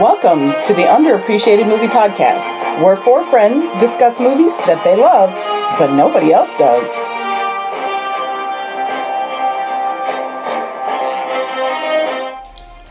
Welcome to the Underappreciated Movie Podcast, where four friends discuss movies that they love, but nobody else does.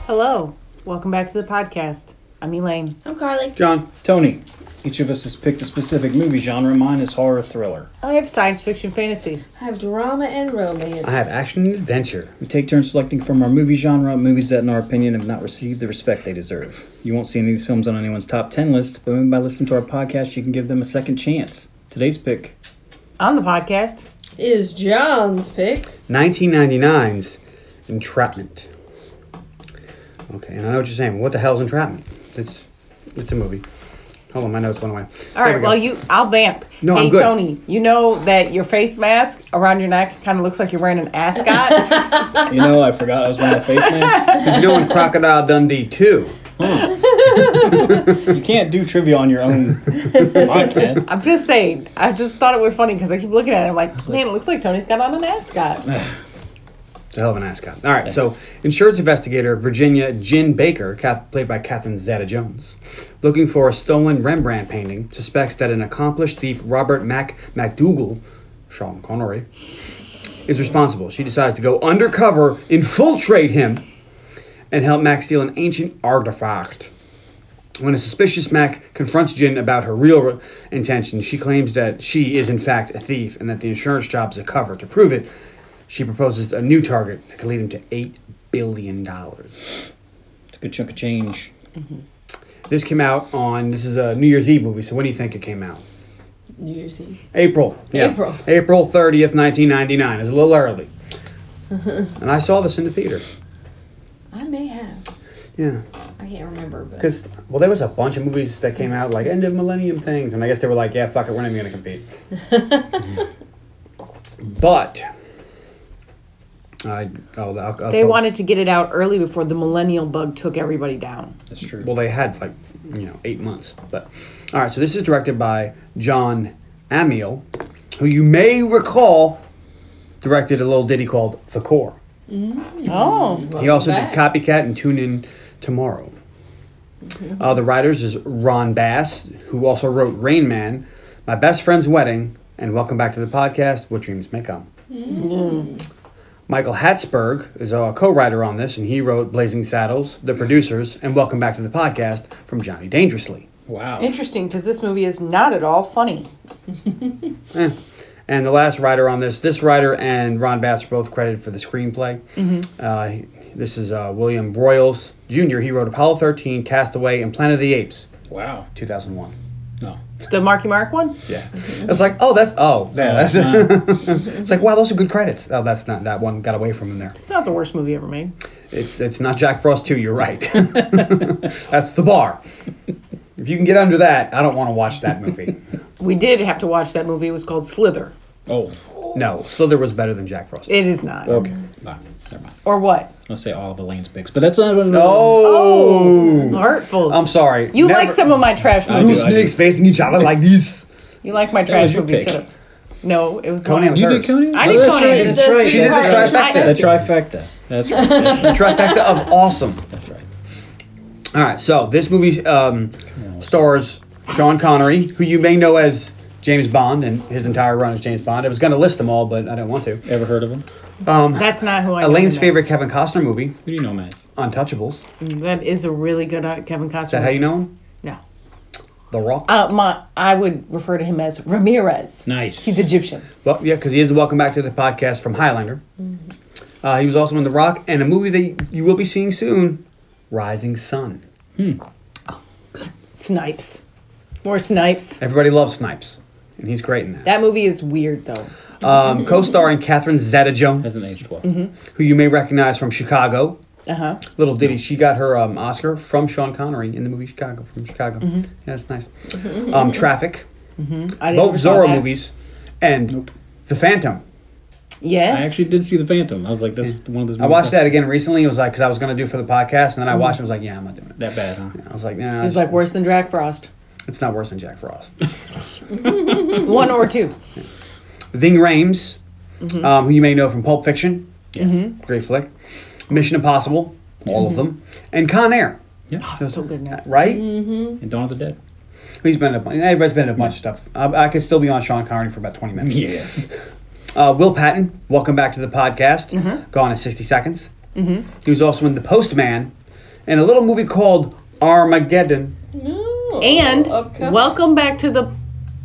Hello. Welcome back to the podcast. I'm Elaine. I'm Carly. John. Tony, each of us has picked a specific movie genre. Mine is horror thriller. I have science fiction fantasy. I have drama and romance. I have action and adventure. We take turns selecting from our movie genre movies that, in our opinion, have not received the respect they deserve. You won't see any of these films on anyone's top 10 list, but maybe by listening to our podcast, you can give them a second chance. Today's pick On the podcast, Is John's pick. 1999's Entrapment. Okay, and I know what you're saying. What the hell's Entrapment? It's it's a movie. Hold on, my notes went away. All right. well, you, I'll vamp. No, hey, I'm good. Tony, you know that your face mask around your neck kind of looks like you're wearing an ascot. You know, I forgot I was wearing a face mask. Did you know in Crocodile Dundee 2? You can't do trivia on your own podcast. I'm just saying. I just thought it was funny because I keep looking at it. I'm like, man, it looks like Tony's got on an ascot. It's a hell of an ascot. All right, so insurance investigator Virginia Jin Baker, Kath, played by Catherine Zeta-Jones, looking for a stolen Rembrandt painting, suspects that an accomplished thief, Robert Mac MacDougall, Sean Connery, is responsible. She decides to go undercover, infiltrate him, and help Mac steal an ancient artifact. When a suspicious Mac confronts Jin about her real re- intentions, she claims that she is in fact a thief and that the insurance job is a cover. To prove it, she proposes a new target that could lead him to $8 billion. It's a good chunk of change. This came out on, this is a New Year's Eve movie, so when do you think it came out? New Year's Eve. April. April. April 30th, 1999. It's a little early. and I saw this in the theater. I may have. Yeah. I can't remember, but Because, well, there was a bunch of movies that came out, like end of millennium things, and I guess they were like, yeah, fuck it, we're not even going to compete. but, I, oh, I'll, I'll they wanted to get it out early before the millennial bug took everybody down. That's true. Well, they had like, you know, eight months. But, all right, so this is directed by John Amiel, who you may recall directed a little ditty called The Core. Oh, he also back. did Copycat and Tune In Tomorrow. Uh, the writers is Ron Bass, who also wrote Rain Man, My Best Friend's Wedding, and Welcome Back to the Podcast, What Dreams May Come. Michael Hatzberg is a co-writer on this, and he wrote Blazing Saddles, The Producers, and Welcome Back to the Podcast from Johnny Dangerously. wow. interesting because this movie is not at all funny. And the last writer on this, this writer and Ron Bass are both credited for the screenplay. Mm-hmm. Uh, he- this is uh, William Royals Jr. He wrote Apollo 13, Castaway, and Planet of the Apes, Wow. 2001. No. The Marky Mark one? Yeah. it's like, oh, that's, oh, yeah, that's, Uh, it's like, wow, those are good credits. Oh, that's not, that one got away from him there. It's not the worst movie ever made. It's, it's not Jack Frost 2, you're right. that's the bar. If you can get under that, I don't want to watch that movie. We did have to watch that movie. It was called Slither. oh. No, Slither was better than Jack Frost. It is not. Okay. Ah, never mind. Or what? I'll say all of Elaine's picks, but that's not. Oh, Hurtful. I'm sorry. you Never- like some of my trash I Two movies. do. snakes facing each other like this. You like my was trash your movies. pick. Shut up. No, it was Conan Conan. was You hers. did Conan? I Oh, did that's Conan. right, That's that's The right. three She did the parts. trifecta. I- The trifecta. That's right. That's, The trifecta of awesome. that's right. All right, so this movie um, stars Sean Connery, who you may know as James Bond and his entire run as James Bond. I was going to list them all, but I didn't want to. Ever heard of him? That's not who I. know Elaine's him favorite Kevin Costner movie, Who do you know, Matt? Untouchables. Is as. That is a really good uh, Kevin Costner. that how you know him? No. The Rock. Uh, my, I would refer to him as Ramirez. Nice. He's Egyptian. well, yeah, because he is welcome back to the podcast from Highlander. Uh, he was also in The Rock and a movie that you will be seeing soon, Rising Sun. Snipes. More Snipes. Everybody loves Snipes, and he's great in that. That movie is weird though. um, co-starring Catherine Zeta-Jones, Hasn't aged well. Mm-hmm. who you may recognize from Chicago. Uh huh. Little Diddy, she got her um, Oscar from Sean Connery in the movie Chicago. From Chicago, Mm-hmm. yeah, that's nice. Um, Traffic, both Zorro movies, and The Phantom. Yes. I actually did see The Phantom. I was like, that's one of those. I watched that again recently. It was like because I was gonna do it for the podcast, and then I watched. it and was like, yeah, I'm not doing it. That bad, huh? I was like, nah, Mm-hmm. It was it's, like worse than Jack Frost. it's not worse than Jack Frost. One or two. Ving Rhames, Mm-hmm. um, who you may know from Pulp Fiction, Yes. great flick. Mission Impossible, all of them, and Con Air. Yeah. Just- Mm-hmm. Oh, so good Mm-hmm. now. Right? And Dawn of the Dead. He's been in a, everybody's been in a bunch of stuff. I, I could still be on Sean Connery for about 20 minutes. Yes. Uh, Will Patton, welcome back to the podcast. Gone in 60 seconds. Mm-hmm. He was also in The Postman and a little movie called Armageddon. No. And Upcoming. welcome back to the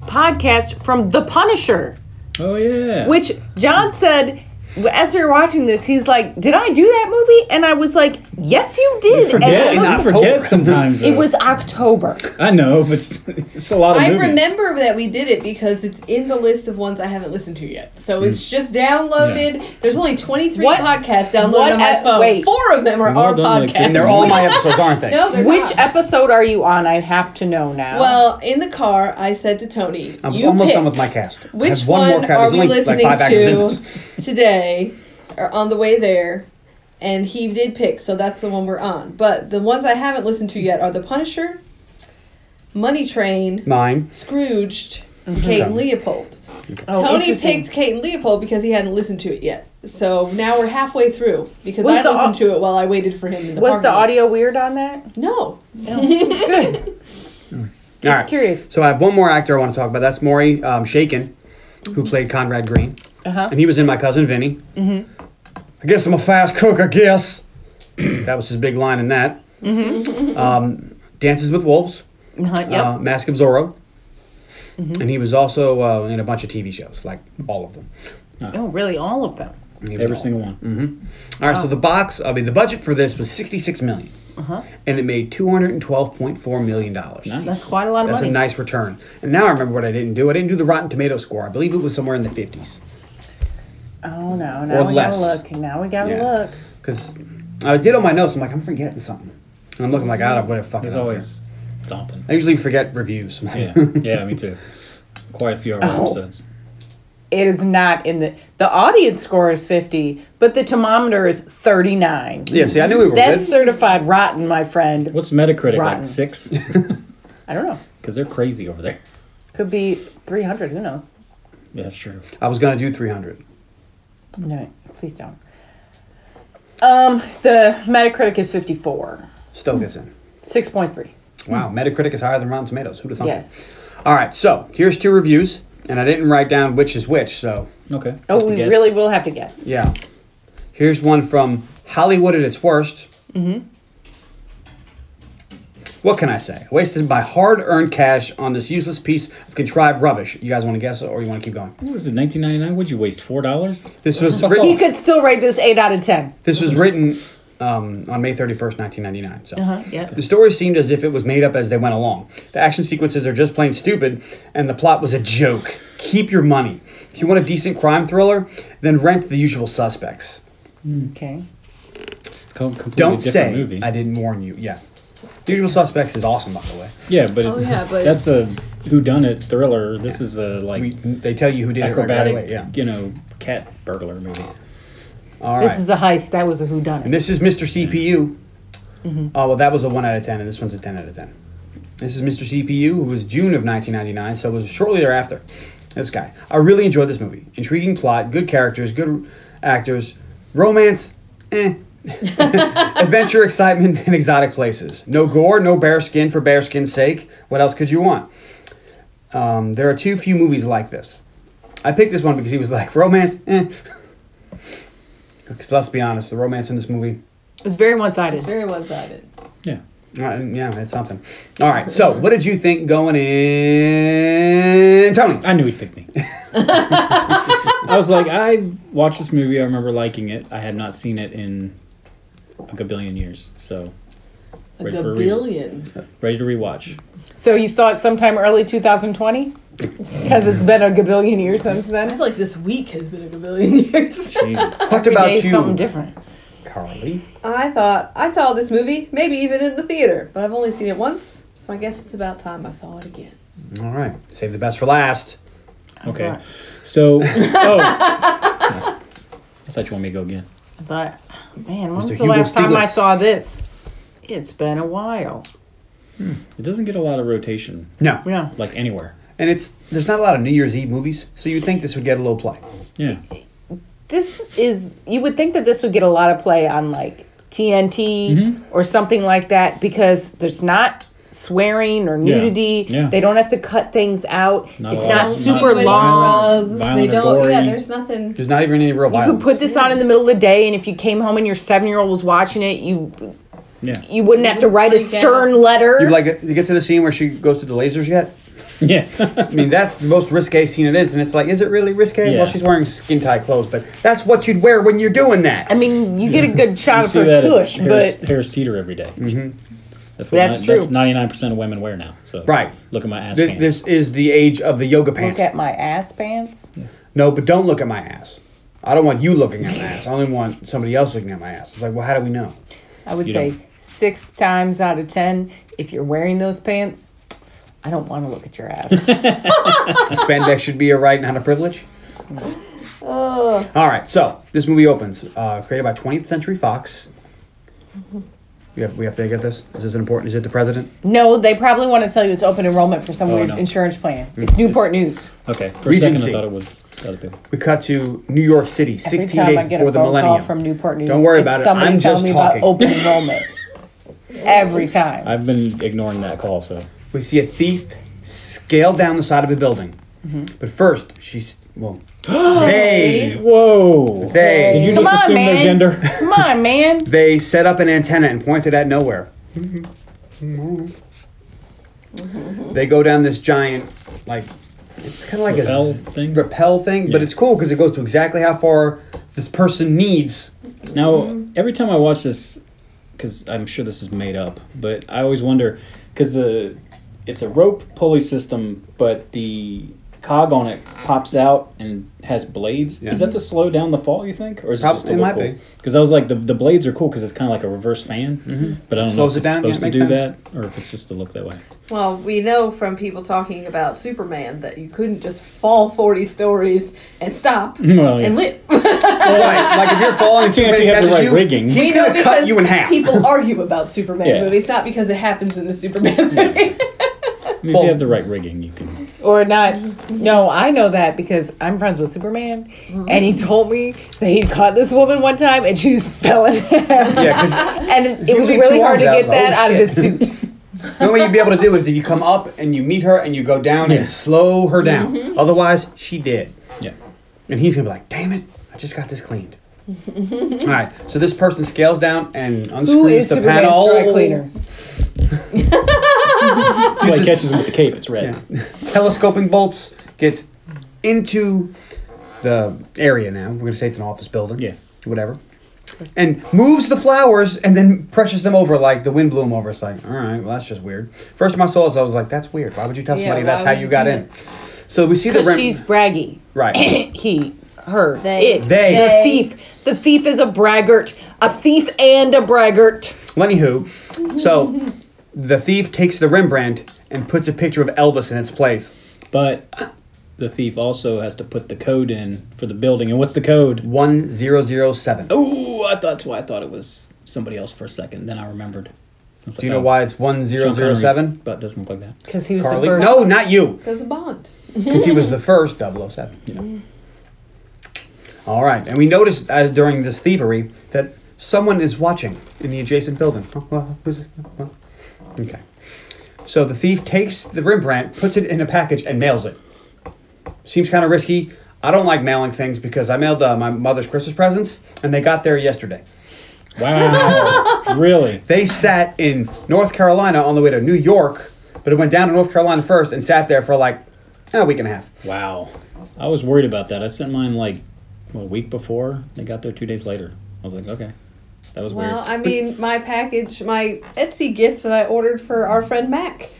podcast from The Punisher, oh yeah. which John said as we were watching this, he's like, "Did I do that movie?" And I was like, "Yes, you did." And yeah, it you was, not- forget sometimes. it though. was October. I know, but it's, it's a lot of I movies. remember that we did it because it's in the list of ones I haven't listened to yet. So it's just downloaded. There's only 23 Hmm. What- podcasts downloaded what on my ep- phone. wait. Four of them are Well our done, Nick. podcast. And They're all my episodes, aren't they? No, they're Which not. episode are you on? I have to know now. Well, in the car, I said to Tony, I'm you almost pick done with my cast. I Which have one, more cast. are There's we only, like, listening five actors in to this. today or on the way there? And he did pick, so that's the one we're on. But the ones I haven't listened to yet are The Punisher, Money Train, Mine. Scrooged, Kate and Leopold. Tony Mm-hmm. Oh, interesting. picked Kate and Leopold because he hadn't listened to it yet. So now we're halfway through because Was I the au- listened to it while I waited for him in the was the parking lot. audio weird on that? No. Good. Just curious. So I have one more actor I want to talk about. That's Maury um, Shaken, who played Conrad Green. Uh-huh. And he was in My Cousin Vinny. Mm-hmm. I guess I'm a fast cook, I guess. that was his big line in that. Mm-hmm. Um, Dances with Wolves, Uh-huh, yep. Mm-hmm. uh, Mask of Zorro. And he was also uh, in a bunch of TV shows, like all of them. oh, really? All of them. And he was Every all- single one. All Oh. right, so the box, I mean, the budget for this was 66 million. And it made 212.4 million dollars. Nice. Uh-huh. That's quite a lot of That's money. a nice return. And now I remember what I didn't do. I didn't do the Rotten Tomato score. I believe it was somewhere in the 50s. oh no! Or Now we less. gotta look. Now we gotta look. Because I did on my notes. I'm like, I'm forgetting something. And I'm looking like, I don't what a fucking. There's always something. I usually forget reviews. Yeah. Yeah. Me too. Quite a few of Oh. our episodes. It is not in the the audience score is fifty, but the thermometer is thirty nine. yeah, see, I knew we were That's good. certified rotten, my friend. What's Metacritic Rotten. like six? I don't know. Because they're crazy over there. Could be three hundred. Who knows? Yeah, that's true. I was going to do 300. No, please don't. Um, the Metacritic is fifty four, Still gets in. six point three. Wow, Metacritic is higher than Rotten Tomatoes. Who'd have thunk? it? Hmm. Yes. All right, so here's two reviews. And I didn't write down which is which, so Okay. Oh, Have to we guess. really will have to guess. yeah. Here's one from Hollywood at its worst. Mm-hmm. What can I say? I wasted my hard earned cash on this useless piece of contrived rubbish. You guys want to guess or you want to keep going? What was it? 1999? Would you waste four dollars? This was He written. could still rate this eight out of ten. This was written um, on May 31st, 1999. So yeah. the story seemed as if it was made up as they went along. The action sequences are just plain stupid, and the plot was a joke. Keep your money. If you want a decent crime thriller, then rent The Usual Suspects. Okay. It's a co- completely Don't different say movie. I didn't warn you. Yeah, The Usual Suspects is awesome, by the way. Yeah, but it's Oh, yeah, but that's a who done it thriller. This is a like We, they tell you who did acrobatic, it right, right away. Yeah. you know, cat burglar movie. All This right. is a heist. That was a whodunit. and this is Mr. CPU. Oh well, that was a one out of ten, and this one's a ten out of ten. This is Mr. CPU, who was June of 1999, so it was shortly thereafter. This guy, I really enjoyed this movie. Intriguing plot, good characters, good actors, romance, eh. Adventure, excitement, and exotic places. No gore, no bear skin for bear skin's sake. What else could you want? Um, there are too few movies like this. I picked this one because he was like romance. Eh. 'Cause let's be honest, the romance in this movie It's very one sided. It's very one sided. Yeah. Uh, yeah, it's something. All right. So, what did you think going in, Tony? I knew he'd pick me. I was like, I watched this movie. I remember liking it. I had not seen it in like a billion years, so Like Ready a for a re- billion. ready to rewatch. So you saw it sometime early 2020? Because it's been a gabillion years since I then. feel like this week has been a gabillion years. Jesus. What Every about day is you, something different. Carly? I thought I saw this movie, maybe even in the theater, but I've only seen it once, so I guess it's about time I saw it again. All right. Save the best for last. Okay. Alright. So, oh. I thought you wanted me to go again. I thought, man, when Mr. was the Hugo last time I Stiglitz. saw this? It's been a while. It doesn't get a lot of rotation, No. No. like anywhere. And it's there's not a lot of New Year's Eve movies, so you'd think this would get a little play. Yeah. This is, you would think that this would get a lot of play on like TNT Mm-hmm. or something like that because there's not swearing or nudity. Yeah. They don't have to cut things out. Not it's all- not not super violent. long. Drugs. They Violent or don't. Yeah, gory. there's nothing. There's not even any real You violence. could put this on in the middle of the day, and if you came home and your seven year old was watching it, you Yeah. you wouldn't have to write a freak out. stern letter. you like you get to the scene where she goes to the lasers yet? Yeah. I mean, that's the most risque scene it is, and it's like, is it really risque? Yeah. Well, she's wearing skin tie clothes, but that's what you'd wear when you're doing that. I mean, you get a good shot You of see her that at tush, Harris, but Harris Teeter every day. Mm-hmm. That's what That's ni- true. That's ninety nine percent of women wear now. So Right. Look at my ass Th- pants. this is the age of the yoga pants. look at my ass pants. No, but don't look at my ass. I don't want you looking at my ass. I only want somebody else looking at my ass. It's like, well, how do we know? I would You say don't. six times out of ten, if you're wearing those pants, I don't want to look at your ass. Spandex should be a right, not a privilege. Oh, All right, so this movie opens, uh, created by 20th Century Fox. We have, we have to get this. Is this important? Is it the president? no, they probably want to tell you it's open enrollment for some Oh, weird no. insurance plan. It's Newport News. okay. For a Regency. second, I thought it was other people. We cut to New York City, 16 Every time days I get before a the phone millennium. call from Newport News, Don't worry it's about it. somebody I'm telling just me talking. about open enrollment. Every time. I've been ignoring that call. So We see a thief scale down the side of a building. Mm-hmm. But first, she's well. they whoa. they Did you Come just on, assume man. their gender? Come on, man. they set up an antenna and pointed at nowhere. They go down this giant like it's kind of like Rappel a z- thing? rappel thing, but Yeah. it's cool because it goes to exactly how far this person needs. Now, Mm-hmm. every time I watch this, because I'm sure this is made up, but I always wonder because the it's a rope pulley system, but the cog on it pops out and has blades. Yeah. Is that to slow down the fall? You think, or is it just to Probably look might be. cool? Because I was like, the, the blades are cool because it's kind of like a reverse fan, but I don't Mm-hmm. Slows know it if it's down, yeah, supposed to makes do sense. that or if it's just to look that way. well, we know from people talking about Superman that you couldn't just fall 40 stories and stop Well, yeah. and live. Right, like if you're falling, Even if somebody you have the catches right you, rigging. he's We know gonna cut because you in half. People argue about Superman Yeah. movies, not because it happens in the Superman movie. I mean, if Well- you have the right rigging, you can. Or not. No, I know that because I'm friends with Superman, and he told me that he caught this woman one time, and she was fell in half. Yeah, 'cause And You it was leave really two hard to arms get out, that though. out of his Shit. suit. the only way you'd be able to do it is if you come up and you meet her and you go down Yeah. and slow her down. Otherwise, she did. Yeah. And he's gonna be like, "Damn it! I just got this cleaned." All right. So this person scales down and Who is unscrews the Superman's panel. dry cleaner? That's why he catches him with the cape. It's red. Yeah. Telescoping bolts gets into the area now. We're gonna say it's an office building. Yeah. Whatever. And moves the flowers and then presses them over like the wind blew them over. It's like, all right, well that's just weird. First in my soul, I was like, that's weird. Why would you tell Yeah, somebody why that's how would you, you got do in? So we see the Because rem- she's braggy. Right. he, her, They. it, They. the thief. The thief is a braggart. A thief and a braggart. Lenny who. So the thief takes the Rembrandt and puts a picture of Elvis in its place. But the thief also has to put the code in for the building. And what's the code? One zero zero seven. Oh, I thought that's why I thought it was somebody else for a second. Then I remembered. I was Do you like, know oh, why it's one zero Sean zero Connery, seven? But it doesn't look like that. Because he was Carly? the first. No, not you. Because of Bond. Because he was the first 007. You know. All right. And we noticed uh, during this thievery that someone is watching in the adjacent building. Okay. So the thief takes the Rembrandt, puts it in a package, and mails it. Seems kind of risky. I don't like mailing things because I mailed uh, my mother's Christmas presents, and they got there yesterday. Wow. really? They sat in North Carolina on the way to New York, but it went down to North Carolina first and sat there for like a week and a half. Wow. I was worried about that. I sent mine like what, a week before. They got there two days later. I was like, okay. That was Well, weird. I mean, my package, my Etsy gift that I ordered for our friend Mac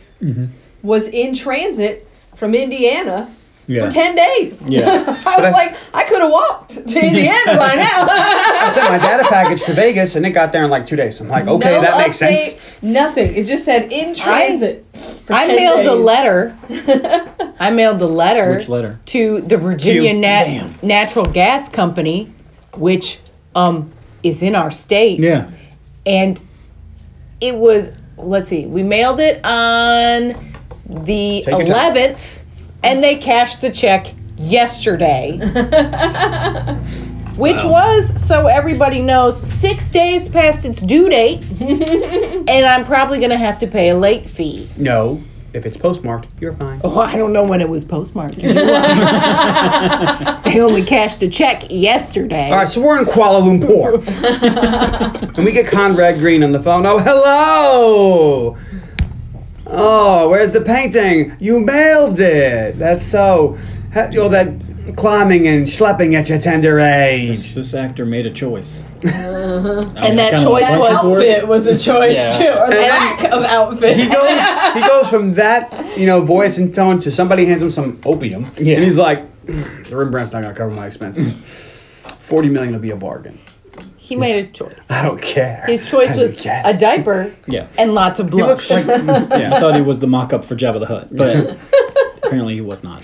was in transit from Indiana Yeah. for 10 days. Yeah. I was like, I could have walked to Indiana by now. I sent my dad a package to Vegas, and it got there in like two days. I'm like, okay, No that makes updates, sense. Nothing. It just said in transit. for I 10 mailed the days. letter. I mailed the letter. Which letter? To the Virginia You- Nat- Damn. Natural Gas Company, which um is in our state. yeah. and it was let's see we mailed it on the your time. 11th and they cashed the check yesterday which Wow. was, so everybody knows, six days past its due date, and I'm probably going to have to pay a late fee. No, if it's postmarked, you're fine. Well, I don't know when it was postmarked. do I? they only cashed a check yesterday. All right, so we're in Kuala Lumpur, and we get Conrad Green on the phone. Oh, hello. Oh, where's the painting? You mailed it. That's so. ha- All that climbing and schlepping at your tender age. This actor made a choice. Uh-huh. And that choice was- Outfit was a choice Yeah. too, or the And- lack of outfit. He goes, he goes from that, you know, voice and tone to somebody hands him some opium, Yeah. and he's like, "Mm, "The Rembrandt's not gonna cover my expenses. Forty million will be a bargain. He made a choice. I don't care." His choice I was don't care. a diaper Yeah. and lots of blood. He looks like yeah, I thought he was the mock-up for Jabba the Hutt, but apparently he was not.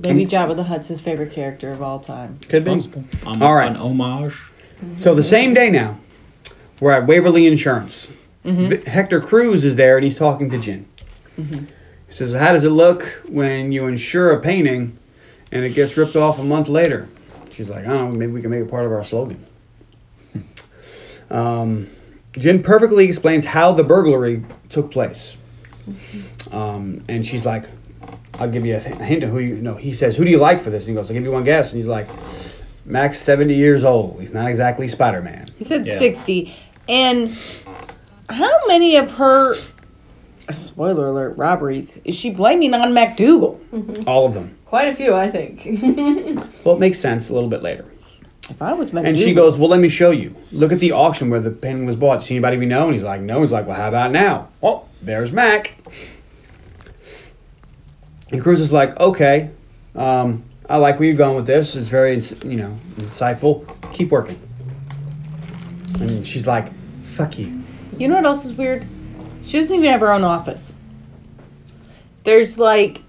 Maybe Jabba the Hutt's his favorite character of all time. could be. Um, All right. An homage. So the same day now, we're at Waverly Insurance. V- Hector Cruz is there and he's talking to Jin. He says, "How does it look when you insure a painting and it gets ripped off a month later?" She's like, "I don't know. Maybe we can make it part of our slogan." Um, Jin perfectly explains how the burglary took place, um, and she's like, "I'll give you a, th- hint of who you." No, he says, "Who do you like for this?" And he goes, "I'll give you one guess." And he's like, "Max, seventy years old. He's not exactly Spider Man." He said Yeah. 60. And how many of her, spoiler alert, robberies is she blaming on MacDougal? All of them. Quite a few, I think. Well, it makes sense a little bit later. If I was MacDougal. And she goes, Well, let me show you. Look at the auction where the painting was bought. See anybody we know? And he's like, No. He's like, Well, how about now? Oh, there's Mac. And Cruz is like, Okay, um, I like where you're going with this. It's very, ins- you know, insightful. Keep working. And she's like, Fuck you. You know what else is weird? She doesn't even have her own office. There's like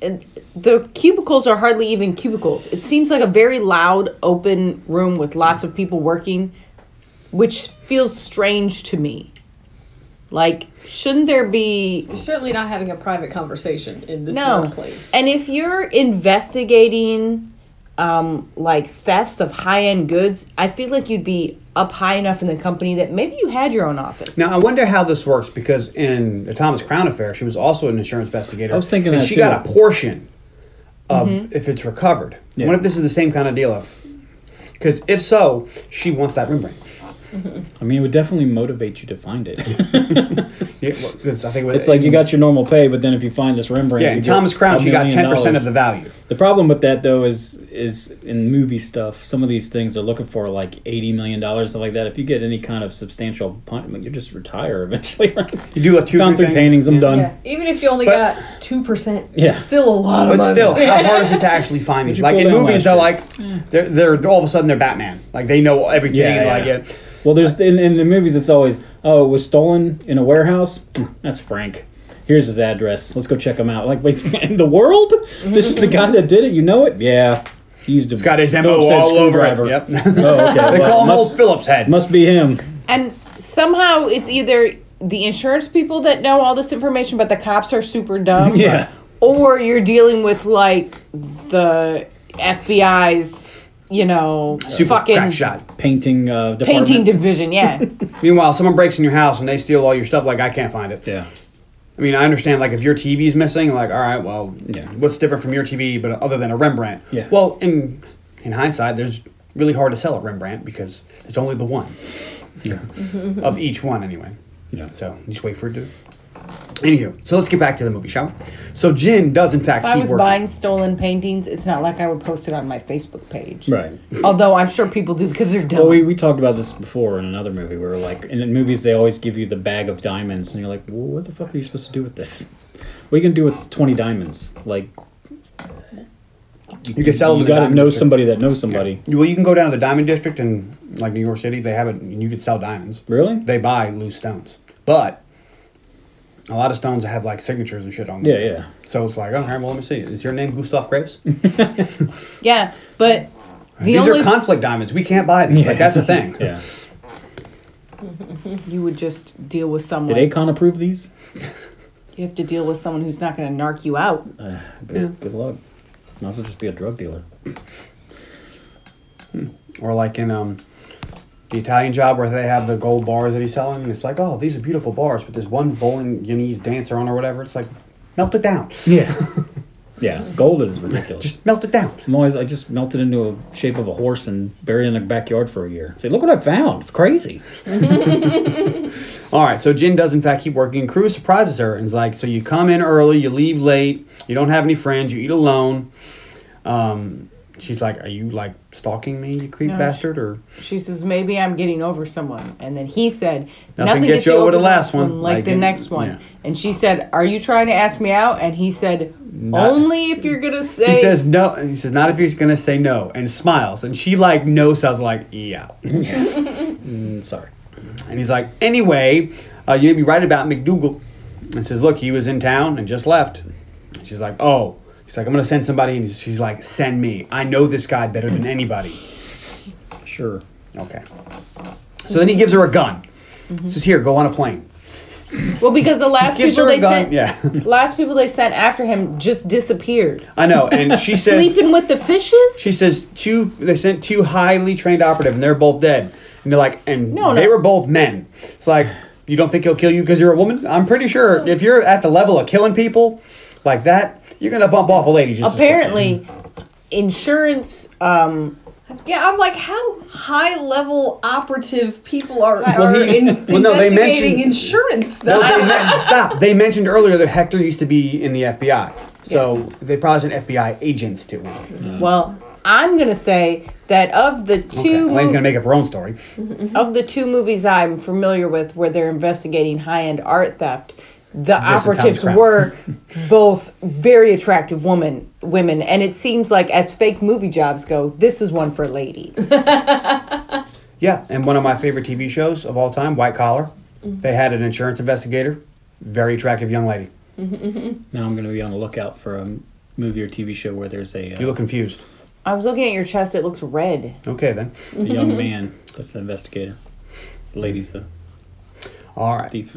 and the cubicles are hardly even cubicles. It seems like a very loud open room with lots of people working, which feels strange to me. Like shouldn't there be You're certainly not having a private conversation in this no. workplace. And if you're investigating um, like thefts of high end goods, I feel like you'd be up high enough in the company that maybe you had your own office. Now, I wonder how this works because in the Thomas Crown affair, she was also an insurance investigator. I was thinking and that she too. Mm-hmm. got a portion of if it's recovered. Yeah. What if this is the same kind of deal? Of because if so, she wants that Rembrandt. I mean, it would definitely motivate you to find it. Yeah, well, 'cause I think with- it's like you got your normal pay, but then if you find this Rembrandt, yeah. you In get Thomas Crown, a she got million ten percent of dollars. the value. The problem with that though is is in movie stuff, some of these things are looking for like eighty million dollars, something like that. If you get any kind of substantial punishment, you just retire eventually. right? You do a two Found three three thing. paintings, I'm Yeah. done. Yeah, even if you only But- got two percent, Um, Yeah. it's still a lot of But money. still, how hard is it to actually find these? you Like pull in down movies, last they're year? like they're they're all of a sudden they're Batman. Like they know everything. Yeah, and like yeah. it. Well, there's in, in the movies it's always oh it was stolen in a warehouse. Mm, That's Frank. Here's his address. Let's go check him out. Like wait, in the world, this is the guy that did it. You know it? Yeah. He used a Got his demo Phillips head all over it. screwdriver. Yep. Oh, okay. they Well, call him must, old Phillips head. must be him. And somehow it's either the insurance people that know all this information, but the cops are super dumb. Yeah. Or you're dealing with like the FBI's, you know, Super fucking crack shot. Painting uh, department. painting division. Yeah. Meanwhile, someone breaks in your house and they steal all your stuff. Like I can't find it. yeah. I mean, I understand like if your TV is missing, like all right, well, Yeah. what's different from your TV, but other than a Rembrandt? Yeah. Well, in in hindsight, there's really hard to sell a Rembrandt because it's only the one of each one anyway. Yeah. So just wait for it to. Anywho, so let's get back to the movie, shall we? So Jin does in fact if I keep was working. buying stolen paintings, it's not like I would post it on my Facebook page. Right. Although I'm sure people do because they're dumb. Well, we, we talked about this before in another movie where like in the movies they always give you the bag of diamonds and you're like, well, what the fuck are you supposed to do with this? What are you gonna do with twenty diamonds? Like you can sell them. you in gotta the diamond know district. somebody that knows somebody. You- Well, you can go down to the diamond district in like New York City. They have it. and You could sell diamonds. Really? They buy loose stones, but a lot of stones have like signatures and shit on them. Yeah, yeah. So it's like, okay, well, let me see. Is your name Gustav Graves? yeah, but the These only are conflict diamonds. We can't buy them. Like that's a thing. Yeah. you would just deal with someone. Did Akon approve these? you have to deal with someone who's not going to narc you out. Uh, good, good luck. Might as well just be a drug dealer. Or like in um, the Italian job where they have the gold bars that he's selling, and it's like, oh, these are beautiful bars, but there's one Bolognese dancer on or whatever. It's like, melt it down. Yeah. yeah. Gold is ridiculous. Just melt it down. I'm always, I just melted into a shape of a horse and buried it in the backyard for a year. Say, look what I found. It's crazy. All right, so Jin does in fact keep working. Crew surprises her and is like, "So you come in early, you leave late, you don't have any friends, you eat alone." Um, she's like, "Are you like stalking me, you creep No, bastard?" Or She says, maybe I'm getting over someone. And then he said, Nothing gets you over the last one, like, like the in- next one. yeah. And she said, are you trying to ask me out? And he said, only if you're going to say. he says no. and He says not if he's gonna say no, and smiles. And she like no sounds like yeah. Mm, Sorry. And he's like, anyway, uh, you may be right about McDougal. And says, look, he was in town and just left. She's like, oh. He's like, I'm gonna send somebody. And she's like, send me. I know this guy better than anybody. Sure. Okay. So then he gives her a gun. Mm-hmm. Says, here, go on a plane. well, because the last Gives people her a they gun. sent, Yeah. last people they sent after him just disappeared. I know. And she says, Sleeping with the fishes? she says two. They sent two highly trained operative, and they're both dead. And they're like, and No, they no. were both men. It's like, you don't think he'll kill you because you're a woman? I'm pretty sure if you're at the level of killing people like that, you're gonna bump off a lady. Just as quick. Apparently, insurance. Um, Yeah, I'm like, how high level operative people are, Well, are he- in well, no, they investigating mentioned- insurance No, stuff? they men- stop. They mentioned earlier that Hector used to be in the FBI, so Yes. they probably sent FBI agents to him. well, I'm gonna say that of the Mm. Okay. two Elaine's gonna make up her own story. of the two movies I'm familiar with where they're investigating high end art theft, the Jason Todd's operatives crap. were both very attractive woman women, and it seems like as fake movie jobs go, this is one for a lady. Yeah, and one of my favorite TV shows of all time, White Collar. They had an insurance investigator, very attractive young lady. Now I'm going to be on the lookout for a m- movie or TV show where there's a, You uh, look confused. I was looking at your chest; it looks red. Okay then. a young man that's an investigator. The lady's a All right. thief.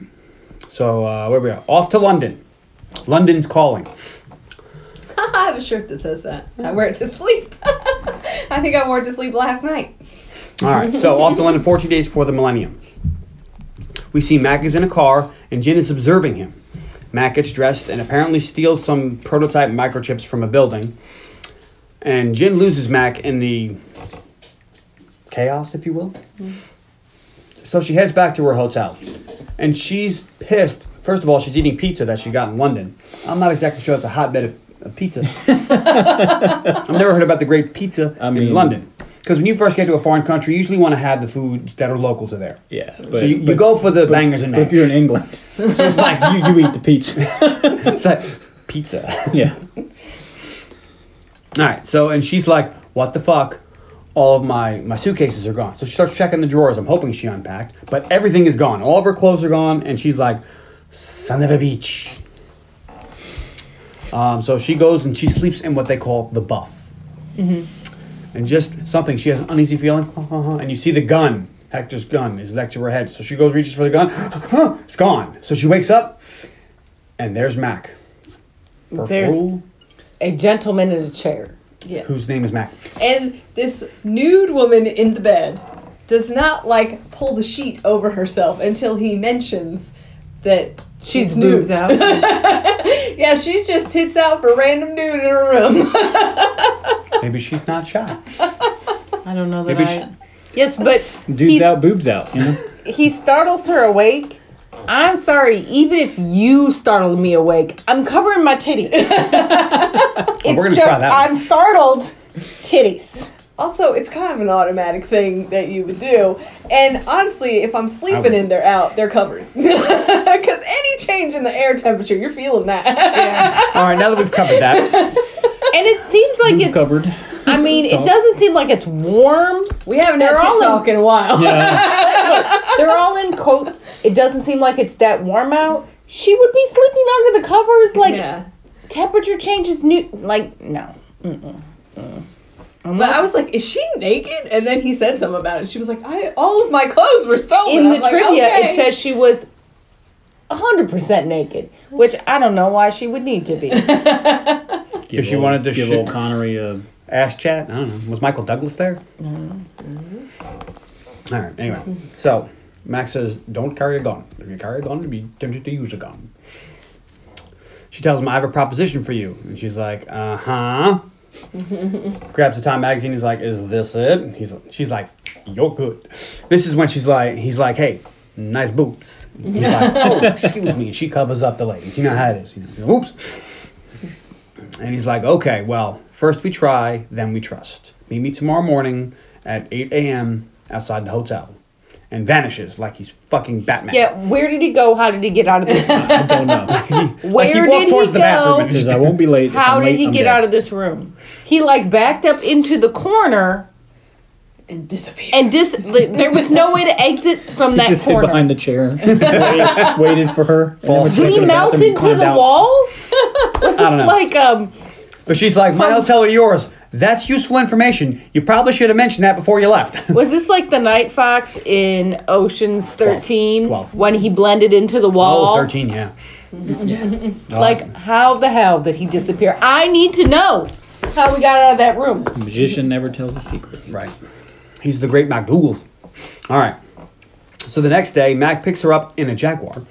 So uh, where we are? Off to London. London's calling. I have a shirt that says that. I wear it to sleep. I think I wore it to sleep last night. All right. So off to London 14 days before the millennium. We see Mac is in a car and Jin is observing him. Mac gets dressed and apparently steals some prototype microchips from a building. And Jin loses Mac in the chaos, if you will. Mm-hmm. So she heads back to her hotel. And she's pissed. First of all, she's eating pizza that she got in London. I'm not exactly sure it's a hotbed of, of pizza. I've never heard about the great pizza I in mean- London. Because when you first get to a foreign country, you usually want to have the foods that are local to there. Yeah. But, so you, you go Oh, for the bangers and But mash. if you're in England, it's just like you, you eat the pizza. it's like pizza. yeah. All right. So and she's like, "What the fuck? All of my my suitcases are gone." So she starts checking the drawers. I'm hoping she unpacked, but everything is gone. All of her clothes are gone, and she's like, "Son of a beach." Um, so she goes and she sleeps in what they call the buff, and just something. She has an uneasy feeling, and you see the gun. Hector's gun is next to her head. So she goes, reaches for the gun. it's gone. So she wakes up, and there's Mac. First There's- rule, A gentleman in a chair. Yeah. whose name is Mac. And this nude woman in the bed does not like pull the sheet over herself until he mentions that She's nude. boobs out. Yeah, she's just tits out for random dude in her room. Maybe she's not shy. I don't know that Maybe I. Yes, but Dudes he's- out, boobs out. You know? he startles her awake. I'm sorry, even if you startled me awake, I'm covering my titties. We're gonna it's try just that one. I'm startled titties. also, it's kind of an automatic thing that you would do. And honestly, if I'm would. sleeping in, they're out, they're covered. Because any change in the air temperature, you're feeling that. All right, now that we've covered that, And it seems like it's covered. I mean, it Talk. doesn't seem like it's warm. We haven't They're had all in- TikTok in a while. Yeah. They're all in coats. It doesn't seem like it's that warm out. She would be sleeping under the covers like yeah. temperature changes new like no. But I was like, is she naked? And then he said something about it. She was like, I all of my clothes were stolen. in I'm the like, trivia okay. it says she was 100% naked, which I don't know why she would need to be. Give she wanted to give shit- old Connery a Ash Chat. I don't know. Was Michael Douglas there? Mm-hmm. All right. Anyway, so Max says, "Don't carry a gun. If you carry a gun, you'll be tempted to use a gun." She tells him, "I have a proposition for you," and she's like, "Uh huh." Grabs the Time magazine. He's like, "Is this it?" He's she's like, "You're good." This is when she's like, he's like, "Hey." Nice boots. He's like, oh, excuse me. She covers up the ladies. You know how it is. You know, oops. And he's like, okay, well, first we try, then we trust. Meet me tomorrow morning at 8 a.m. outside the hotel. And vanishes like he's fucking Batman. Yeah, where did he go? How did he get out of this room? I don't know. Where he did walked he towards the bathroom go? and He says, I won't be late. If Oh, How I'm did late, he I'm get dead." out of this room? He like backed up into the corner and disappear. and dis- like, there was no way to exit from He that just hid corner. behind the chair, waited, waited for her. and then went did straight he to the melt bathroom, into climbed the out. wall? Was this don't know. like um But she's like, my hotel or yours? That's useful information. You probably should have mentioned that before you left. was this like the Night Fox in Ocean's 13 Twelve. when he blended into the wall? oh, 13, yeah. Yeah. Like how the hell did he disappear? I need to know how we got out of that room. Magician never tells his secrets. Right. He's the great MacDougall. All right. So the next day, Mac picks her up in a Jaguar.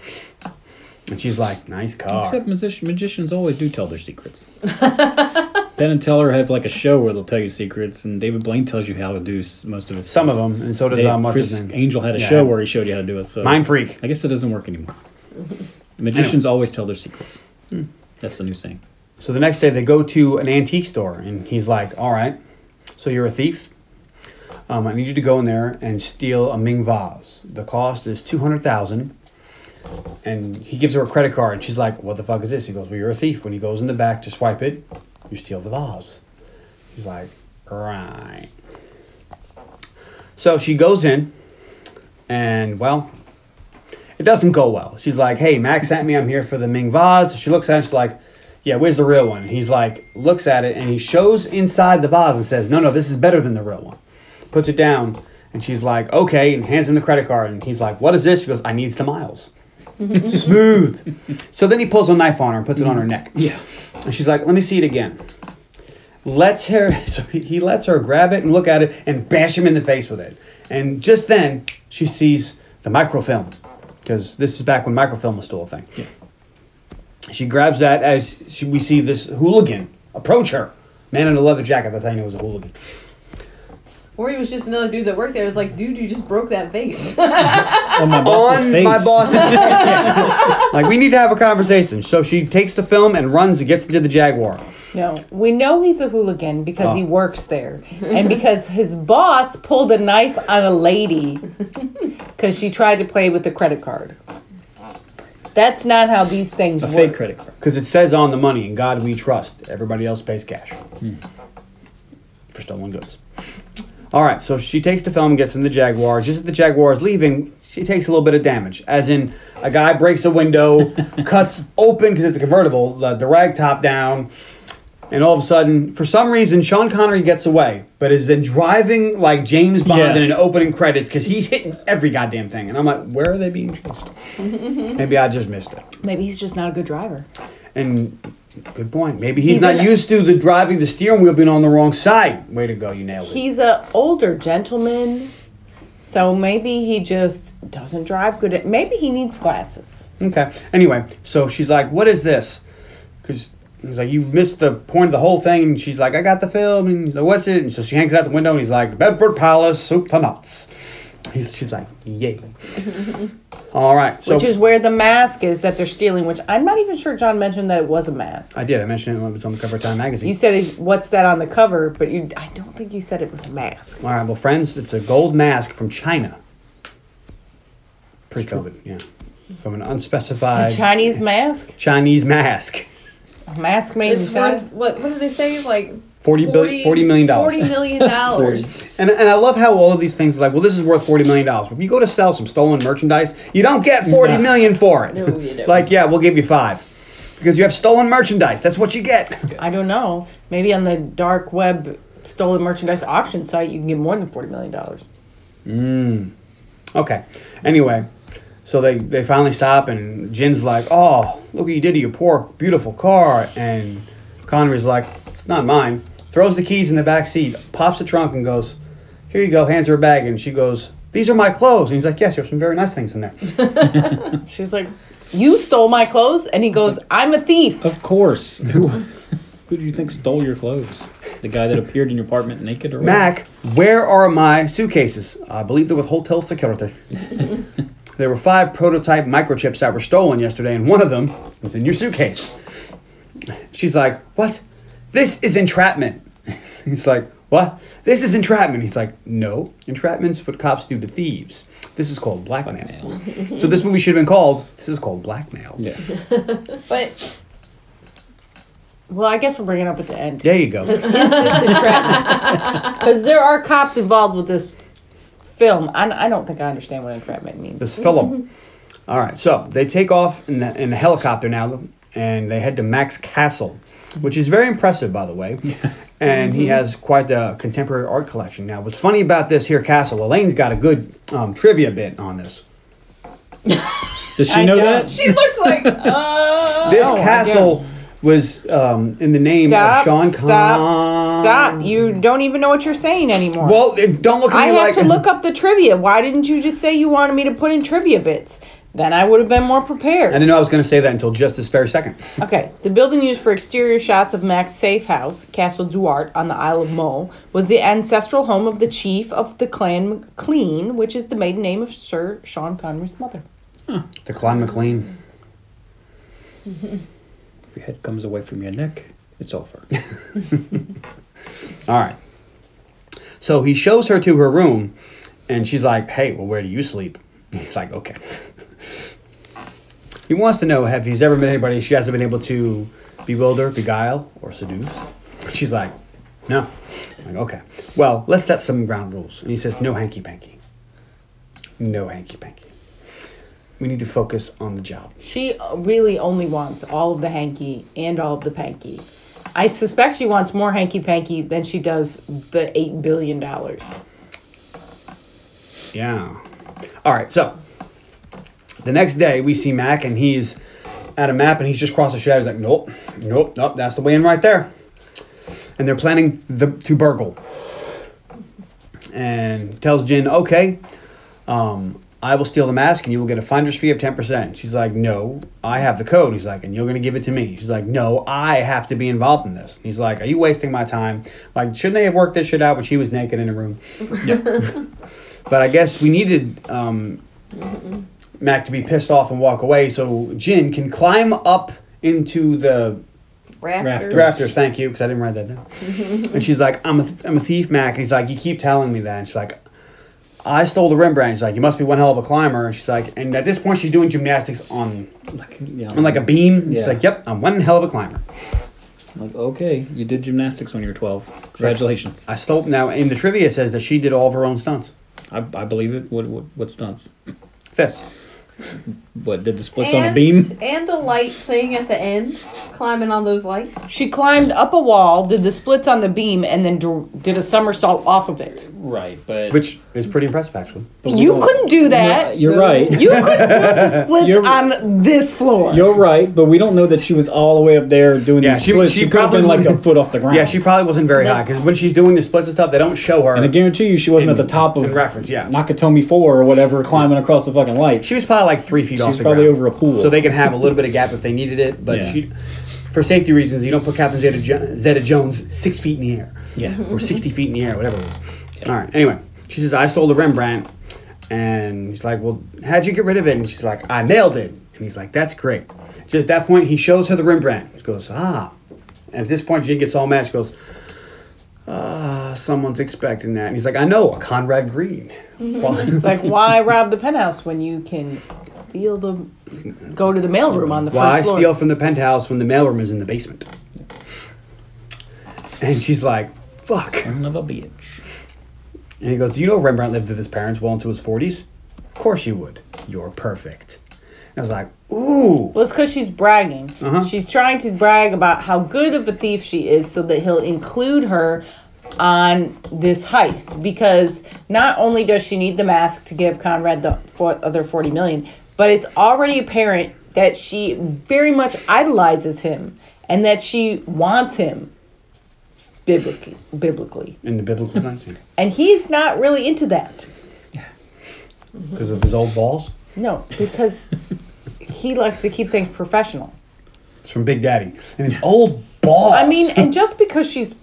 And she's like, nice car. Except magician, magicians always do tell their secrets. ben and Teller have like a show where they'll tell you secrets, and David Blaine tells you how to do s- most of his. Some stuff. of them, and so does They- um, what's Chris his name? Angel had a Yeah. show where he showed you how to do it. So Mind Freak. I guess it doesn't work anymore. Magicians always tell their secrets. Hmm. That's the new saying. So the next day they go to an antique store and he's like, "All right, so you're a thief. Um, I need you to go in there and steal a Ming vase. The cost is two hundred thousand. And he gives her a credit card and she's like, "What the fuck is this?" He goes, "Well, you're a thief. When he goes in the back to swipe it, you steal the vase." He's like, "Right." So she goes in, and well, it doesn't go well. She's like, "Hey, Max sent me. I'm here for the Ming vase." She looks at it. She's like, "Yeah, where's the real one?" He's like, looks at it, and he shows inside the vase and says, "No, no, this is better than the real one." Puts it down, and she's like, "Okay," and hands him the credit card. And he's like, "What is this?" She goes, "I needs the miles." Smooth. So then he pulls a knife on her and puts it on her neck. Yeah. And she's like, "Let me see it again." lets her so he- he lets her grab it and look at it and bash him in the face with it and just then she sees the microfilm because this is back when microfilm was still a thing she grabs that as she, we see this hooligan approach her man in a leather jacket that's how you know it was a hooligan Or he was just another dude that worked there. It's like, dude, you just broke that vase. On my boss's on face. my boss's face. like we need to have a conversation so she takes the film and runs and gets into the jaguar No, we know he's a hooligan because he Oh. works there, and because his boss pulled a knife on a lady because she tried to play with the credit card. That's not how these things A work. fake credit card. because it says on the money in god we trust everybody else pays cash for stolen goods all right so she takes the film and gets in the jaguar just as the jaguar is leaving she takes a little bit of damage as in a guy breaks a window cuts open because it's a convertible the, the rag top down and all of a sudden for some reason sean connery gets away but is then driving like james bond Yeah. in an opening credits because he's hitting every goddamn thing and i'm like where are they being chased maybe i just missed it Maybe he's just not a good driver. and good point. Maybe he's, He's not an- used to the driving the steering wheel being on the wrong side. Way to go, you nailed it. He's a older gentleman, so maybe he just doesn't drive good. At, maybe he needs glasses. Okay. Anyway, so she's like, "What is this?" Because he's like, "You missed the point of the whole thing." And she's like, "I got the film." And he's like, "What's it?" And so she hangs it out the window, and he's like, "Bedford Palace soup to nuts." He's, she's like, "Yay!" All right. So Which is where the mask is that they're stealing, which I'm not even sure John mentioned that it was a mask. I did. I mentioned it when it was on the cover of Time magazine. You said, it- what's that on the cover? But you, I don't think you said it was a mask. All right, well, friends, it's a gold mask from China. Pre-COVID, yeah, from an unspecified Chinese mask? Chinese mask. A mask made it's in China? worth what? What did they say? Like 40 billion- 40 million dollars. Forty million dollars. And, and I love how all of these things are like, well, this is worth $40 million. If you go to sell some stolen merchandise, you don't get forty No. million for it. No, you don't. like, yeah, we'll give you five. Because you have stolen merchandise. That's what you get. I don't know. Maybe on the dark web stolen merchandise auction site, you can get more than $40 million. Okay. Anyway, so they, they finally stop, and Jin's like, oh, look what you did to your poor, beautiful car. And Connery's like, it's not mine. throws the keys in the back seat, pops the trunk, and goes, "Here you go." Hands her a bag, and she goes, "These are my clothes." And he's like, "Yes, you have some very nice things in there." She's like, "You stole my clothes," and he goes, "I'm a thief." Of course. Who, who do you think stole your clothes? The guy that appeared in your apartment naked or what? Mac, where are my suitcases? I believe they're with hotel security. there were five prototype microchips that were stolen yesterday, and one of them was in your suitcase. She's like, What? This is entrapment. He's like, What? This is entrapment. He's like, No, entrapment's what cops do to thieves. This is called blackmail. so this movie should have been called, This is called blackmail. Yeah. But well, I guess we'll bring it up at the end. There you go. Because there are cops involved with this film. I, I don't think I understand what entrapment means. This film. All right, so they take off in, the, in a helicopter now, and they head to Max Castle, which is very impressive, by the way. And Mm-hmm. he has quite a contemporary art collection now. What's funny about this here castle? Elaine's got a good um, trivia bit on this. Does she know, know. that? She looks like. Uh, This Oh, my castle was um, in the name Stop! of Sean Connery. Stop! Stop! You don't even know what you're saying anymore. Well, it- don't look at I me have like to look up the trivia. Why didn't you just say you wanted me to put in trivia bits? Then I would have been more prepared. I didn't know I was going to say that until just this very second. Okay, the building used for exterior shots of Mac's safe house, Castle Duarte on the Isle of Mull, was the ancestral home of the chief of the clan MacLean, which is the maiden name of Sir Sean Connery's mother. The Clan McLean. If your head comes away from your neck, it's over. All right. So he shows her to her room, and she's like, "Hey, well, where do you sleep?" He's like, "Okay." he wants to know if he's ever met anybody she hasn't been able to bewilder, beguile, or seduce. She's like, "No." I'm like, okay. Well, let's set some ground rules. And he says, "No hanky panky. No hanky panky. We need to focus on the job." She really only wants all of the hanky and all of the panky. I suspect she wants more hanky panky than she does the $8 billion. Yeah. All right. So the next day we see Mac and he's at a map and he's just crossed the shadow. He's like, nope, nope, nope. That's the way in right there. And they're planning the, to burgle. And tells Jin, okay, um, I will steal the mask and you will get a finder's fee of 10%. She's like, no, I have the code. He's like, and you're going to give it to me. She's like, no, I have to be involved in this. He's like, are you wasting my time? Like, shouldn't they have worked this shit out when she was naked in a room? But I guess we needed um, Mac to be pissed off and walk away so Jin can climb up into the Rafters. rafters. Thank you, because I didn't write that down. and she's like, I'm a, th- I'm a thief, Mac. And he's like, You keep telling me that. And she's like, I stole the Rembrandt. He's like, You must be one hell of a climber. And she's like, And at this point, she's doing gymnastics on, Like, yeah. on like a beam. And She's Yeah. like, Yep, I'm one hell of a climber. Like, okay, you did gymnastics when you were 12. Congratulations. I stole, now in the trivia, it says that she did all of her own stunts. I, I believe it. What, what, what stunts? Fists. What, did the splits and, on a beam? And the light thing at the end, climbing on those lights. She climbed up a wall, did the splits on the beam, and then dr- did a somersault off of it. Right, but. Which is pretty impressive, actually. but we You don't- couldn't do Yeah, that. you're No. right. You couldn't put the splits You're- on this floor. You're right, but we don't know that she was all the way up there doing Yeah, these she- splits. she She, could have been probably- like a foot off the ground. Yeah, she probably wasn't very high because when she's doing the splits and stuff, they don't show her. And I guarantee you, she wasn't In- at the top of in reference, yeah. Nakatomi Four or whatever, climbing across the fucking light. She was probably like three feet She off was the probably ground. over a pool. So they can have a little bit of gap if they needed it. But Yeah. she, for safety reasons, you don't put Catherine Zeta, jo- Zeta Jones six feet in the air. Yeah. Or 60 feet in the air, whatever. it was. All right. Anyway, she says, I stole the Rembrandt. And he's like, Well, how'd you get rid of it? And she's like, I nailed it. And he's like, That's great. Just at that point, he shows her the Rembrandt. She goes, Ah. And at this point, Jin gets all mad. She goes, Ah, someone's expecting that. And he's like, I know, a Conrad Green. Why? It's like, why rob the penthouse when you can steal the, go to the mailroom on the Why first floor? steal from the penthouse when the mailroom is in the basement? And she's like, fuck. And Son of a bitch. he goes, Do you know Rembrandt lived with his parents well into his 40s? Of course you would. You're perfect. And I was like, Ooh. well, it's because she's bragging. She's trying to brag about how good of a thief she is, so that he'll include her on this heist. Because not only does she need the mask to give Conrad the four, other forty million, but it's already apparent that she very much idolizes him and that she wants him biblically. biblically. in the biblical sense, yeah. And he's not really into that. because of his old balls. No, because he likes to keep things professional. It's from Big Daddy and his old balls. I mean, and just because she's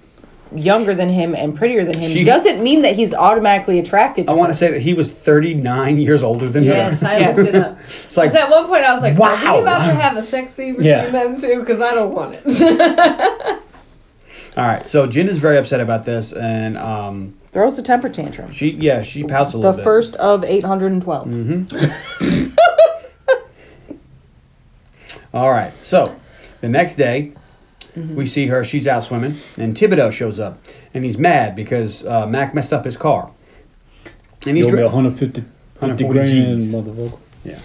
younger than him and prettier than him She- doesn't mean that he's automatically attracted to I her. want to say that he was 39 years older than Yes, her. I looked it up. It's like, Because at one point I was like, "Are Wow. we about to have a sex scene between Yeah. them two? Because I don't want it." all right. So Jin is very upset about this, and um, Throws a temper tantrum. she yeah she pouts The a little bit. Mm-hmm. first of 812. All right. So the next day, we see her. She's out swimming, and Thibodeau shows up, and he's mad because uh, Mac messed up his car. And he's You'll be dri- 150, 50 grand, 140 Gs. motherfucker. yeah.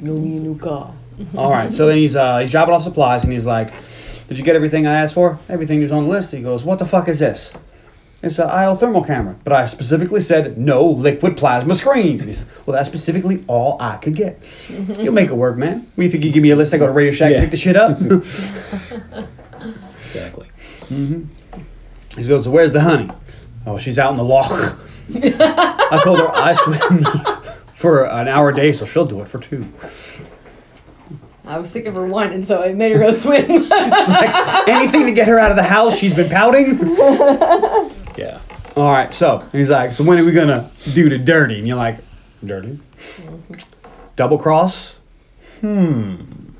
No need new car. All right. So then he's uh, he's dropping off supplies, and he's like, "Did you get everything I asked for? Everything was on the list." He goes, "What the fuck is this?" It's an iothermal camera, but I specifically said no liquid plasma screens. And he says, well, that's specifically all I could get. You'll make it work, man. What do you think? You give me a list, I go to Radio Shack, Yeah. and pick the shit up. Exactly. He goes, "Where's the honey?" Oh, she's out in the loch. I told her I swim for an hour a day, so she'll do it for two. I was sick of her whining, so I made her go swim. It's like, anything to get her out of the house. She's been pouting. Yeah. All right, so and he's like, "So when are we gonna do the dirty?" And you're like, "Dirty, double cross." Hmm.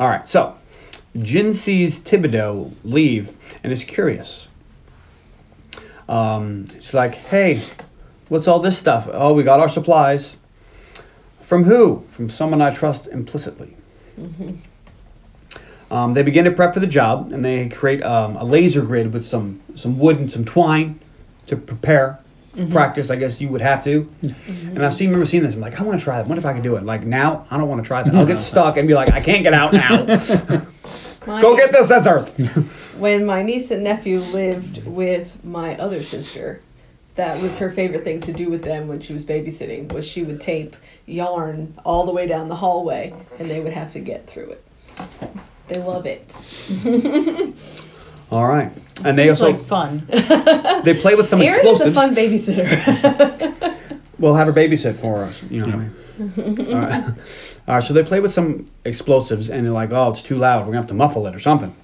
All right, so Jin sees Thibodeau leave and is curious. Um, she's like, "Hey, what's all this stuff? Oh, we got our supplies. From who? From someone I trust implicitly." Um, they begin to prep for the job, and they create um, a laser grid with some some wood and some twine to prepare, Mm-hmm. practice. I guess you would have to. And I've seen, remember seeing this. I'm like, I want to try that. What if I can do it? Like now, I don't want to try that. I'll get stuck and be like, I can't get out now. Go get the scissors. When my niece and nephew lived with my other sister, that was her favorite thing to do with them when she was babysitting. Was she would tape yarn all the way down the hallway, and they would have to get through it. They love it. All right, and they It's also like fun. they play with some Erin is a explosives. fun babysitter. We'll have her babysit for us. You know what I mean? All right. All right. So they play with some explosives, and they're like, "Oh, it's too loud. We're gonna have to muffle it or something."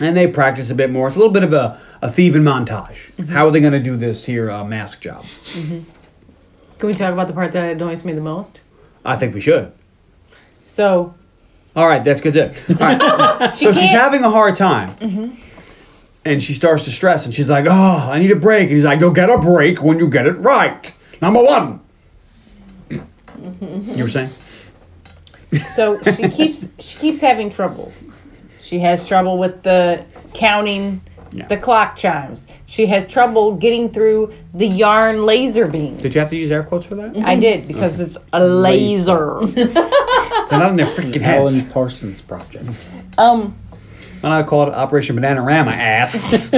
And they practice a bit more. It's a little bit of a, a thieving montage. How are they gonna do this here uh, mask job? Can we talk about the part that annoys me the most? I think we should. So, All right, that's good. tip. All right. so she's having a hard time. And she starts to stress and she's like, oh, I need a break. And he's like, you'll get a break when you get it right. Number one. You were saying? so she keeps she keeps having trouble. She has trouble with the counting Yeah. the clock chimes. She has trouble getting through the yarn laser beam. Did you have to use air quotes for that? I did because it's a laser. They're not in their freaking heads. Alan Parsons Project. um, And I call it Operation Bananarama ass.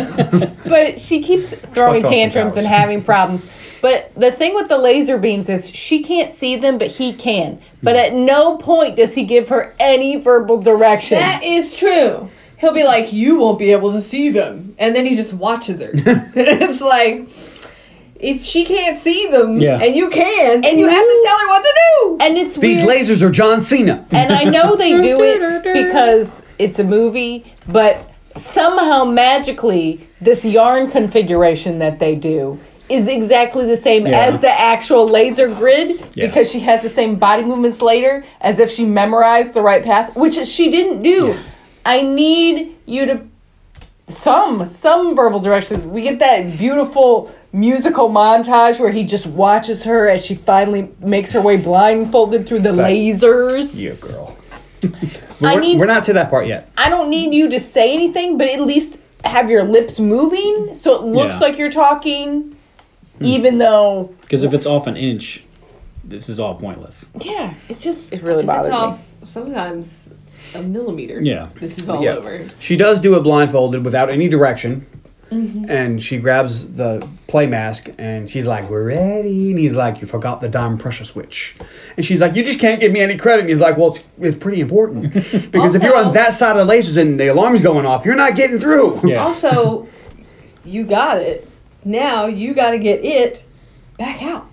but she keeps throwing Fucked off the tantrums and towers. having problems. But the thing with the laser beams is she can't see them, but he can. Hmm. But at no point does he give her any verbal direction. that is true. He'll be like, "You won't be able to see them," and then he just watches her. it's like. If she can't see them Yeah. and you can, and you- you have to tell her what to do. and it's These weird. lasers are John Cena. and I know they do it because it's a movie, but somehow magically this yarn configuration that they do is exactly the same Yeah. as the actual laser grid Yeah. because she has the same body movements later as if she memorized the right path, which she didn't do. I need you to some some verbal directions. We get that beautiful musical montage where he just watches her as she finally makes her way blindfolded through the lasers. You girl. I we're, need- we're not to that part yet. I don't need you to say anything, but at least have your lips moving so it looks Yeah. like you're talking, even though Because if it's off an inch, this is all pointless. yeah, it just it really It's bothers me. off sometimes a millimeter. Yeah. This is all Yeah. over. She does do it blindfolded without any direction. Mm-hmm. And she grabs the play mask and she's like, We're ready. And he's like, You forgot the dime pressure switch. And she's like, You just can't give me any credit. And he's like, Well, it's, it's pretty important. Because if you're on Also- that side of the lasers and the alarm's going off, you're not getting through. Yeah. Also, you got it. Now you got to get it back out.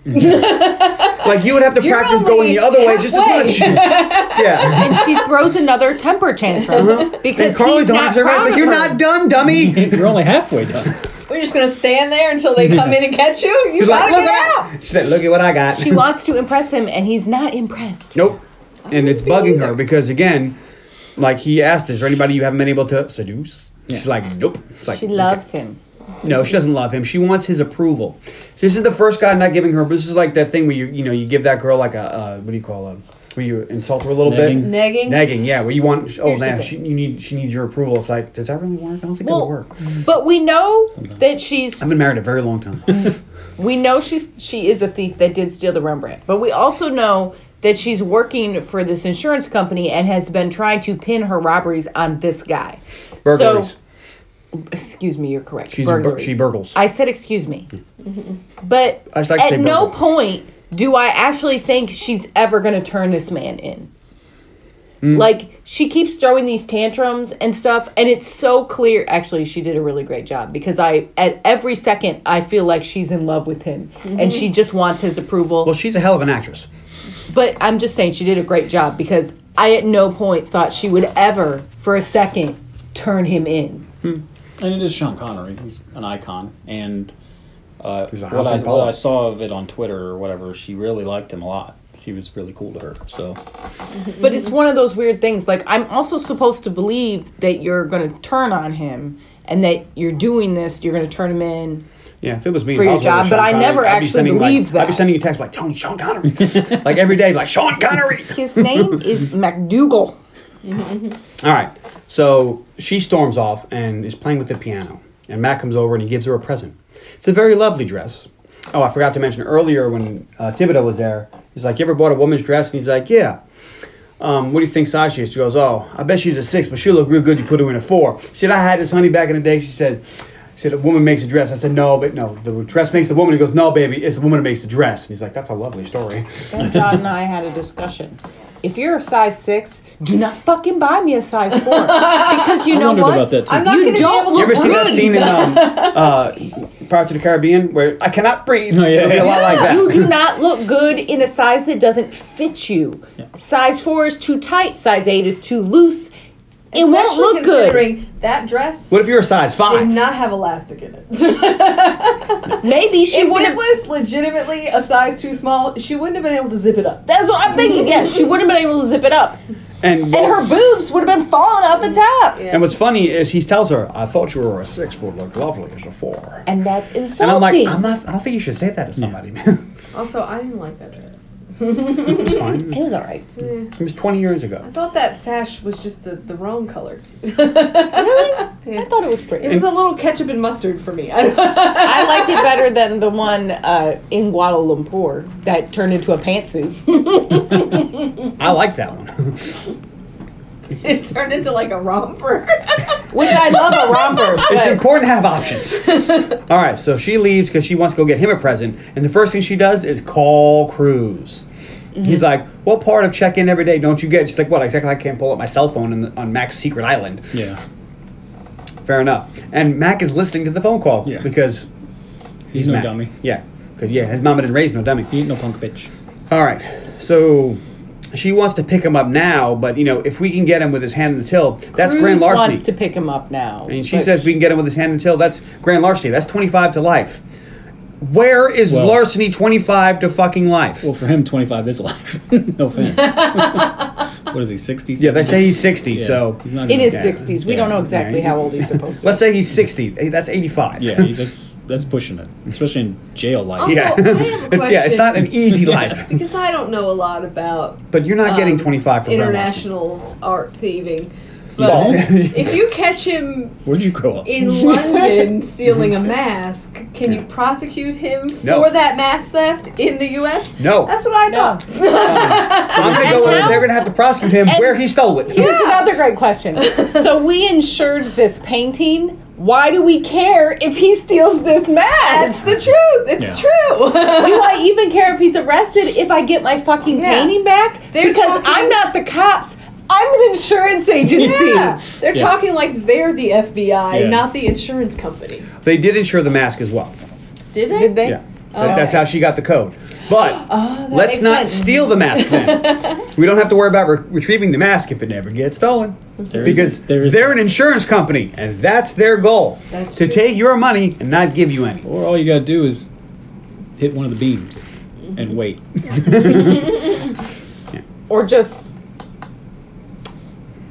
Like you would have to You're practice only going the other way just halfway. as much. yeah. and she throws another temper tantrum because And Carly's he's on not observation proud like of you're her." not done, dummy. We're only halfway done. We're just gonna stand there until they come in and catch you. You She's like, gotta look get out. at She said, look at what I got. She wants to impress him, and he's not impressed. Nope. And it's think bugging either. her because again, like he asked, is there anybody you haven't been able to seduce? She's like, nope. It's like, She okay. loves him. No, she doesn't love him. She wants his approval. This is the first guy not giving her. This is like that thing where you you know you give that girl like a uh, what do you call a where you insult her a little Negging. Negging. bit. Negging. Yeah, where you want. Oh, Here's the now thing. she you need she needs your approval. It's like, does that really work? I don't think that Well, would work. but we know that she's I've been married a very long time. we know she's she is a thief that did steal the Rembrandt. But we also know that she's working for this insurance company and has been trying to pin her robberies on this guy. Burglaries. So, excuse me, you're correct. She's a bur- she burgles. I said excuse me. But I just like to say at no burgle. point do I actually think she's ever going to turn this man in. Like she keeps throwing these tantrums and stuff, and it's so clear. Actually, she did a really great job because I, at every second, I feel like she's in love with him, and she just wants his approval. well, she's a hell of an actress. but I'm just saying she did a great job because I, at no point, thought she would ever, for a second, turn him in. And it is Sean Connery. He's an icon. And uh, He's a what, I, handsome what fella. I saw of it on Twitter or whatever, she really liked him a lot. He was really cool to her. So But it's one of those weird things. Like I'm also supposed to believe that you're going to turn on him and that you're doing this. You're going to turn him in. Yeah, if it was me For if I your was with job, Sean but I Connery, never I'd be actually sending, like- believed I'd be that. sending you text like Tony Sean Connery, like every day, like Sean Connery. His name is MacDougall. All right. So she storms off and is playing with the piano. And Matt comes over and he gives her a present. It's a very lovely dress. Oh, I forgot to mention earlier when uh, Thibodeau was there. He's like, "You ever bought a woman's dress?" And he's like, "Yeah." Um, what do you think size she is? She goes, "Oh, I bet she's a six, but she'll look real good. You put her in a four. She said, "I had this honey back in the day." She says, "She said a woman makes a dress." I said, "No, but no, the dress makes the woman." He goes, "No, baby, it's the woman that makes the dress." And he's like, "That's a lovely story." John and I had a discussion. If you're a size six, do not fucking buy me a size four because you I know wondered what? about that too. I'm not You gonna don't be You ever able to seen that run. scene in um, uh, Pirates of the Caribbean where I cannot breathe? Oh, yeah. It'll be a lot like that. You do not look good in a size that doesn't fit you. Size four is too tight. Size eight is too loose. It won't Especially look good. considering that dress What if you're a size five? did not have elastic in it. Maybe she If would it have. was legitimately a size too small, she wouldn't have been able to zip it up. That's what I'm thinking. Yeah, she wouldn't have been able to zip it up, and and her boobs would have been falling out the top. and what's funny is he tells her, "I thought you were a six, but look lovely as a four. And that's And I'm like, insulting. "I'm not. I don't think you should say that to somebody, man. Also, I didn't like that dress. it's fine. it was all right. It was 20 years ago. I thought that sash was just the, the wrong color. Really? Yeah. I thought it was pretty. It was a little ketchup and mustard for me. I don't- I liked it better than the one uh, in Kuala Lumpur that turned into a pantsuit. I like that one. it turned into like a romper. Which I love a romper. It's But important to have options. All right, so she leaves because she wants to go get him a present, and the first thing she does is call Cruz. Mm-hmm. He's like, "What part of check-in every day don't you get?" She's like, "What exactly? I can't pull up my cell phone in, on Mac's secret island." yeah, Fair enough. And Mac is listening to the phone call Yeah. because he's, no Mac. dummy. Yeah, because yeah, his mama didn't raise no dummy. he ain't no punk bitch. All right. So she wants to pick him up now, but you know, if we can get him with his hand in the till, that's Cruz grand larceny. wants to pick him up now. and she but- says we can get him with his hand in the till. That's grand larceny. That's twenty-five to life. Where is Well- larceny twenty-five to fucking life? Well, for him, 25 is life. no offense. what is he, 60? yeah, they say he's sixty. So He's not It gonna- is Yeah. 60s. We don't know exactly Yeah. how old he's supposed to be. let's say he's sixty. Hey, That's eighty-five. Yeah, he- that's, that's pushing it, especially in jail life. Also, I have a yeah. It's question. not an easy life, because I don't know a lot about but you're not getting um, twenty-five for grand larceny. international art thieving. But Well, if you catch him Where'd you grow up? in London stealing a mask, can you prosecute him No. for that mask theft in the U.S.? No. That's what I thought. I'm gonna go And in, now- they're gonna have to prosecute him where he stole it. Here's another great question. So we insured this painting. Why do we care if he steals this mask? That's the truth. It's Yeah. true. Do I even care if he's arrested if I get my fucking Yeah. painting back? They're because talking- I'm not the cops. I'm an insurance agency. Yeah. They're Yeah. talking like they're the FBI, Yeah. not the insurance company. They did insure the mask as well. Did they? Did they? Yeah. That- That's how she got the code. But Oh, let's makes not sense. steal the mask then. we don't have to worry about re- retrieving the mask if it never gets stolen. There is- because there is- they're an insurance company and that's their goal That's to true. take your money and not give you any. Or all you gotta do is hit one of the beams and wait. or just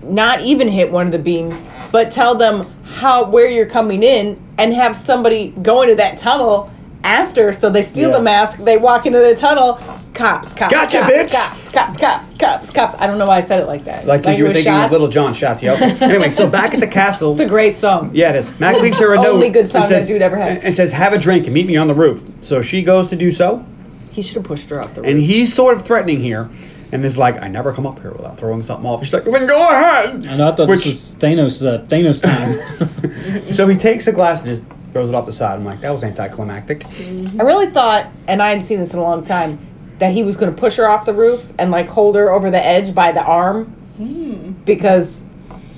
not even hit one of the beams, but tell them how where you're coming in and have somebody go into that tunnel after so they steal Yeah. the mask, they walk into the tunnel, cops, cops, Gotcha, cops, bitch! cops, cops, cops, cops, cops. I don't know why I said it like that. Like 'cause you it were was thinking shots. of Little John shots, yo. anyway, so back at the castle. It's a great song. Yeah, it is. Mac leaves her a note. Only good and song that dude ever had. And says, "Have a drink and meet me on the roof." So she goes to do so, He should have pushed her off the and roof. he's sort of threatening here, and is like, "I never come up here without throwing something off." She's like, "Then go ahead." I know I thought Which, this was Thanos uh, Thanos time. so he takes a glass and just throws it off the side. I'm like, "That was anticlimactic." I really thought, and I hadn't seen this in a long time, that he was going to push her off the roof and like hold her over the edge by the arm Hmm. because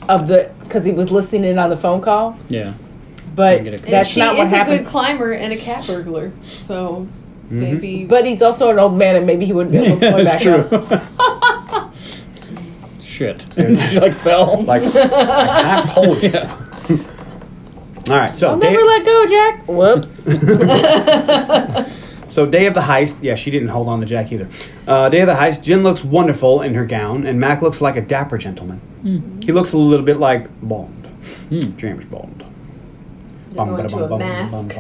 of the because he was listening in on the phone call. yeah. But Didn't get a clue. that's she not is what a happened. good climber and a cat burglar, so Mm-hmm. maybe. but he's also an old man, and maybe he wouldn't be able to point back That's true. up. Shit. she like fell. Like, I can't hold you. All right, so I'll day, never let go, Jack. Whoops. so day of the heist. Yeah, she didn't hold on to Jack either. Uh, day of the heist. Jin looks wonderful in her gown, and Mac looks like a dapper gentleman. Hmm. He looks a little bit like Bond, James Bond. go into a mask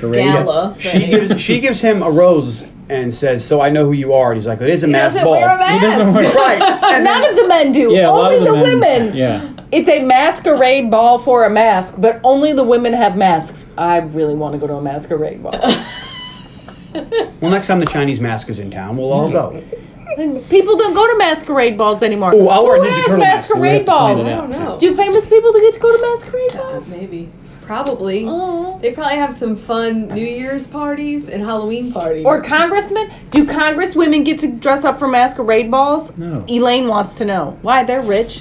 Great. gala. She thing. gives she gives him a rose and says, "So I know who you are." And he's like, "It is a He mask doesn't ball." wear a mask. He doesn't wear- Right, and None then, of the men do. Yeah, a lot only of the, the men- women. yeah. It's a masquerade ball for a mask, but only the women have masks. I really want to go to a masquerade ball. well, next time the Chinese mask is in town, we'll all Hmm. go. People don't go to masquerade balls anymore. Ooh, I'll wear Who a Ninja has Turtle mask. We masquerade have to plan it balls? out. I don't know. Do famous people get to go to masquerade Uh, balls? maybe. Probably. Aw. They probably have some fun New Year's parties and Halloween parties. Or congressmen? Do congresswomen get to dress up for masquerade balls? No. Elaine wants to know why they're rich.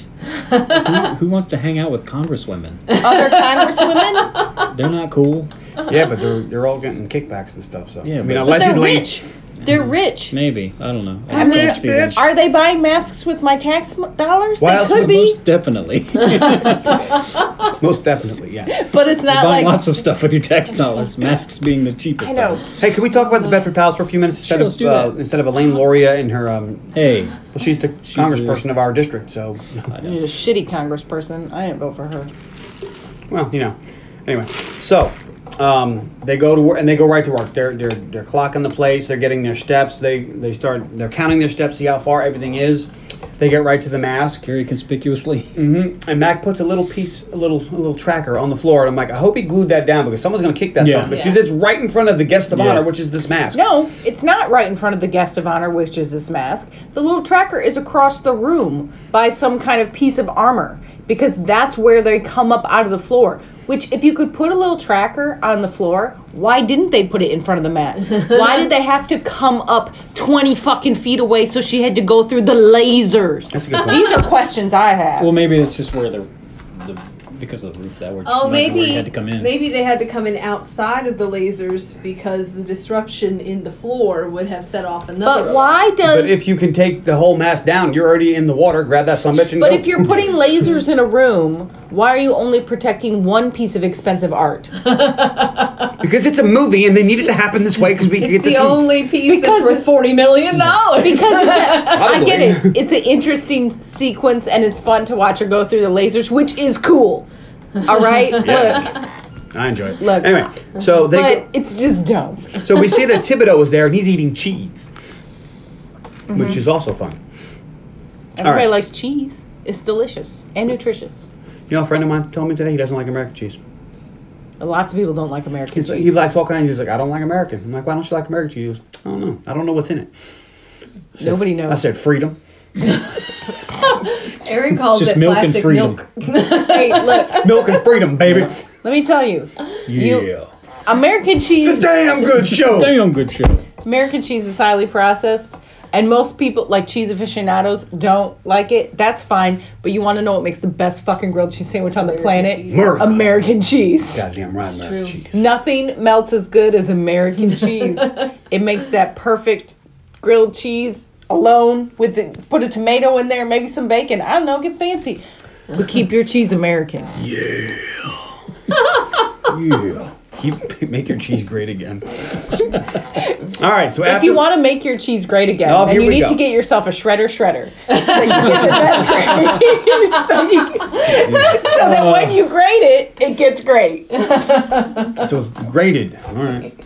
Who, who wants to hang out with congresswomen? Other congresswomen? They're not cool. Yeah, but they're they're all getting kickbacks and stuff. So Yeah, I but- mean, But unless they're he's like- rich. They're rich. Maybe. I don't know. I'm still rich, see them. bitch. Are they buying masks with my tax m- dollars? Why they else could would be, Most definitely. You're most definitely, yeah. but it's not like buying lots of stuff with your tax dollars. Masks being the cheapest. I know. of Hey, can we talk about the Bedford Palace for a few minutes instead Sure, let's do of uh, that. instead of Elaine Loria and her? Um, it. Hey, well, she's the congressperson of our district, so You're a shitty congressperson. I didn't vote for her. well, you know. Anyway, so um, they go to work and they go right to work. They're they're they're clocking the place. They're getting their steps. They they start. They're counting their steps. See how far everything is. They get right to the mask, very conspicuously. and Mac puts a little piece, a little a little tracker on the floor, and I'm like, I hope he glued that down because someone's gonna kick that Yeah. stuff because Yeah. it's right in front of the guest of Yeah. honor, which is this mask. No, it's not right in front of the guest of honor, which is this mask. The little tracker is across the room by some kind of piece of armor because that's where they come up out of the floor. Which, if you could put a little tracker on the floor, why didn't they put it in front of the mask? why did they have to come up 20 fucking feet away so she had to go through the lasers? That's a good point. These are questions I have. Well, maybe it's just where the, the because of the roof that we're. Oh, not where maybe it had to come in. maybe they had to come in outside of the lasers because the disruption in the floor would have set off another. but why does. But if you can take the whole mass down, you're already in the water. Grab that sumbitch and But go. if you're putting lasers in a room, why are you only protecting one piece of expensive art? because it's a movie and they need it to happen this way because we get It's to the see. only piece Because- that's worth forty million dollars. Because it's a, I Probably. get it. It's an interesting sequence and it's fun to watch her go through the lasers, which is cool. All right? Look. I enjoy it. Look. anyway, so they But it's just dumb. go, so we see that Thibodeau was there and he's eating cheese, Mm-hmm. which is also fun. Everybody right. likes cheese. It's delicious and nutritious. You know, a friend of mine told me today he doesn't like American cheese. Lots of people don't like American He's, cheese. he likes all kinds. He's like, I don't like American. I'm like, why don't you like American cheese? He goes, I don't know. I don't know what's in it. I said, Nobody knows. I said freedom. Aaron calls just it milk and plastic freedom. milk. hey, look. Milk and freedom, baby. It's Let me tell you. yeah. American a cheese damn good show. Damn good show. American cheese is highly processed. And most people, like cheese aficionados, don't like it. That's fine. But you want to know what makes the best fucking grilled cheese sandwich on the planet? America. American cheese. Goddamn right, American true. cheese. Nothing melts as good as American cheese. It makes that perfect grilled cheese alone with the, put a tomato in there, maybe some bacon. I don't know, get fancy. But keep your cheese American. Yeah. Keep make your cheese great again. All right, so If after you want to make your cheese great again, Oh, then here you we need go. to get yourself a shredder shredder. So that you get the best grade. so, you can- so Uh. that when you grate it, it gets great. so it's grated. All right.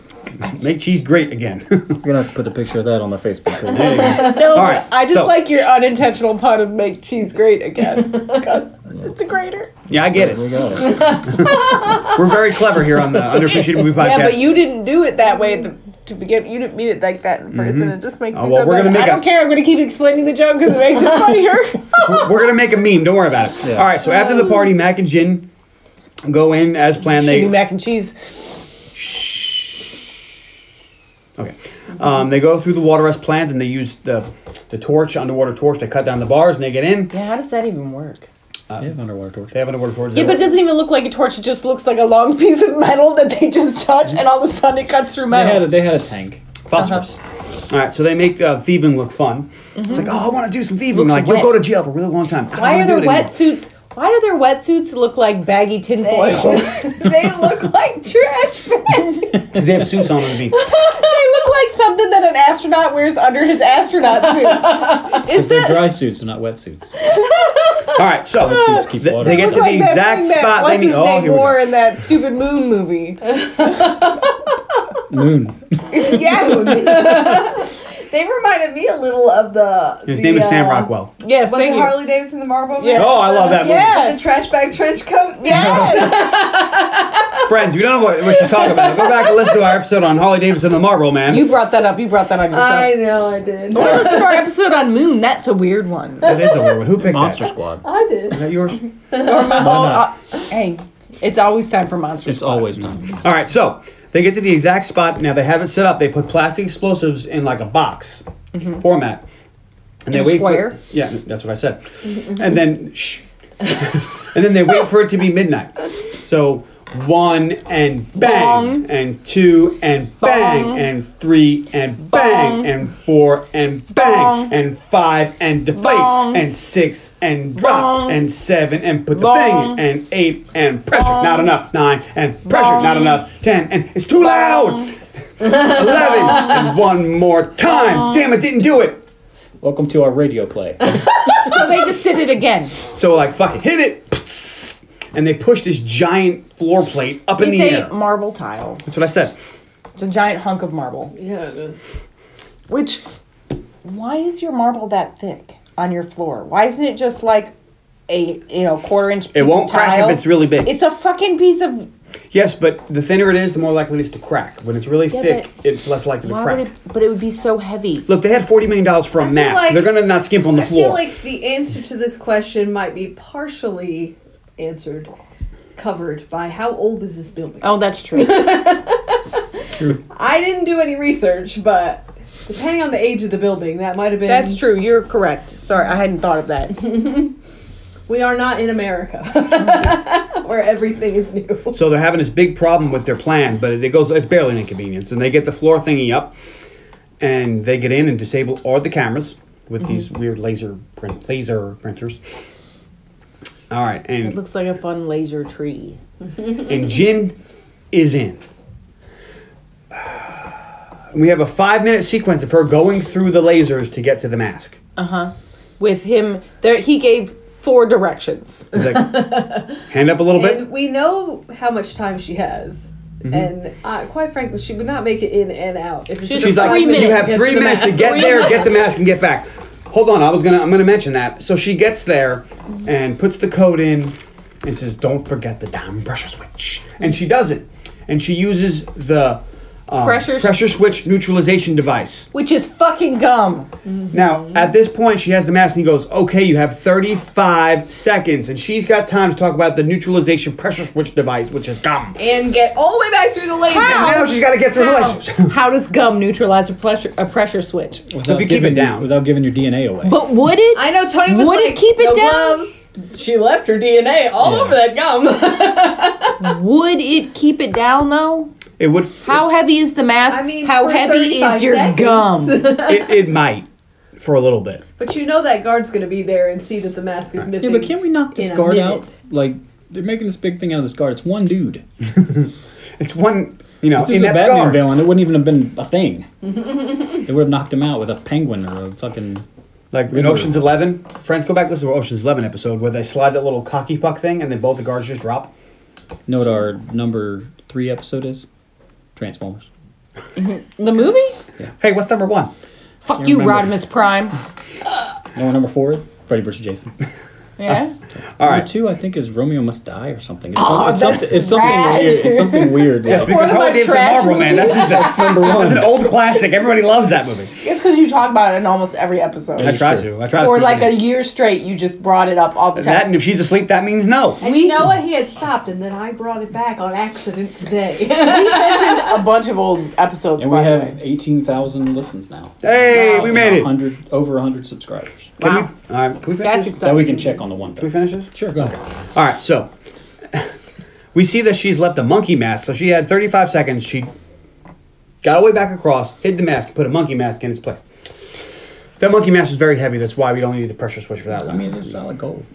Make cheese great again. We're gonna have to put a picture of that on the Facebook. page. No, All right, I just so- like your unintentional pun of make cheese great again. 'Cause it's a grater. yeah, I get it. We got it. We're very clever here on the Underappreciated Movie Podcast. Yeah, but you didn't do it that way at the, to begin. You didn't mean it like that in person. It just makes Oh, me well, so we're bad. gonna make I don't a- care. I'm going to keep explaining the joke because it makes it funnier. We're- We're gonna make a meme. Don't worry about it. Yeah. All right. So after the party, Mac and Jin go in as planned. Shitty They mac and cheese. okay. Um, they go through the water as planned, and they use the the torch, underwater torch. They cut down the bars, and they get in. Yeah, how does that even work? yeah, underwater torch. They have underwater torch. Yeah, but it doesn't even look like a torch. It just looks like a long piece of metal that they just touch, and all of a sudden it cuts through They had a, metal. they had a tank. phosphorus. All right. So they make uh, thieving look fun. It's like, oh, I want to do some thieving. Mm-hmm. Looks like, you'll wet. go to jail for a really long time. I don't Why wanna are do their it anymore. wetsuits? Why do their wetsuits look like baggy tinfoil? they look like trash bags. 'Cause they have suits on underneath. they look like something that an astronaut wears under his astronaut suit. Is They're that dry suits, they're not wetsuits. All right. So suits keep they, water they get to out. the like that exact thing that- spot they what's need. his Oh, name here we wore go. in that stupid moon movie? Moon. yeah. they reminded me a little of the. His the, name is Sam uh, Rockwell. Yes, Was thank it you. Harley Davidson the Marble Man? Yeah. Oh, I love that movie. Yeah. With the trash bag trench coat. Yes. Friends, if you don't know what, what she's talking about, go back and listen to our episode on Harley Davidson and the Marlboro Man. you brought that up. You brought that on yourself. I know I did. Or listen to our episode on Moon. That's a weird one. That is a weird one. Who picked Monster that? Squad. I did. Is that yours? Oh, not? uh, hey, it's always time for monsters. It's always time. All right, so they get to the exact spot. Now they have it set up. They put plastic explosives in like a box format, and Mm-hmm. In a they wait for square? Mm-hmm, yeah, that's what I said. and then shh, and then they wait for it to be midnight. So one and bang, Bong. and two and bang, Bong. and three and bang, Bong. and four and bang, Bong. and five and deflate, Bong. and six and drop, Bong. and seven and put the Bong. thing, in, and eight and pressure, not enough, nine and pressure, not enough, ten and it's too loud, eleven and one more time. Damn, it didn't do it. Welcome to our radio play. So they just did it again. So like, fuck it, hit it, and they push this giant floor plate up in It's the a air. marble tile. That's what I said. It's a giant hunk of marble. Yeah, it is. Which, why is your marble that thick on your floor? Why isn't it just like a you know quarter inch? piece of won't crack if tile? it's really big. It's a fucking piece of. Yes, but the thinner it is, the more likely it is to crack. When it's really thick, but it's less likely to Why crack. would it? But it would be so heavy. Look, they had forty million dollars for a mask. like- They're gonna not skimp on the I floor. feel like the answer to this question might be partially answered, covered by how old is this building? Oh, that's true. I didn't do any research, but depending on the age of the building, that might have been. that's true. You're correct. Sorry, I hadn't thought of that. We are not in America, where everything is new. So they're having this big problem with their plan, but it goes it's barely an inconvenience. And they get the floor thingy up and they get in and disable all the cameras with these Mm-hmm. weird laser print laser printers. All right, It and looks like a fun laser tree. and Jin is in. We have a five minute sequence of her going through the lasers to get to the mask. With him, there he gave four directions. It's like, hand up a little bit. And we know how much time she has. And uh, quite frankly, she would not make it in and out if it's She's just She's Three like, minutes you to have get three to the minutes to mask. get Three there, minutes. get the mask, and get back. Hold on, I was gonna, I'm gonna mention that. So she gets there and puts the code in and says, "Don't forget the damn pressure switch." And she does it, and she uses the um, Pressure s- pressure switch neutralization device. Which is fucking gum. Mm-hmm. Now, at this point, she has the mask and he goes, Okay, you have 35 seconds. And she's got time to talk about the neutralization pressure switch device, which is gum. and get all the way back through the lane. now she's got to get through her How, license. how does gum neutralize a pressure uh, a pressure switch? If you keep giving it down. without giving your DNA away. But would it? I know Tony was would like, it keep it "No down? gloves." She left her DNA all Yeah. over that gum. Would it keep it down though? It would. How heavy is the mask? I mean, how for heavy 35 is your seconds. gum? It, it might for a little bit. but you know that guard's gonna be there and see that the mask is yeah, missing. but can't we knock this in a guard minute. out? Like they're making this big thing out of this guard. It's one dude. It's one, you know, If this Oh, in is a that Batman guard. villain, it wouldn't even have been a thing. they would have knocked him out with a penguin or a fucking. Like in Riddler. Ocean's Eleven, friends, go back listen to Ocean's Eleven episode where they slide that little cocky puck thing, and then both the guards just drop. Know what our number three episode is? Transformers. the movie? Hey, what's number one? Fuck Can't you, remember. Rodimus Prime. Know what number four is? Freddy vs. Jason. Yeah. All Number right, two, I think, is Romeo Must Die or something. It's, Oh, some- it's that's something, it's something rad. weird. It's something weird. yes, like- because of my Harley Davidson trash Marlboro Man. That's, just, that's number one. that's an old classic. Everybody loves that movie. It's because you talk about it in almost every episode. I It's try true. to. I try to. or sneak like it a in. year straight, you just brought it up all the that, time. and if she's asleep, that means no. And you know what? He had stopped, and then I brought it back on accident today. we mentioned a bunch of old episodes, and we by the have way. 18,000 listens now. Hey, we made it. 100, over 100 subscribers. Wow. Can we, all right, can we finish That's this? exciting. That we can check on the one. Can we finish this? Sure, go ahead. All right, so we see that she's left a monkey mask. So she had 35 seconds. She got all the way back across, hid the mask, put a monkey mask in its place. That monkey mask is very heavy. That's why we only need the pressure switch for that I one. mean, it's solid gold.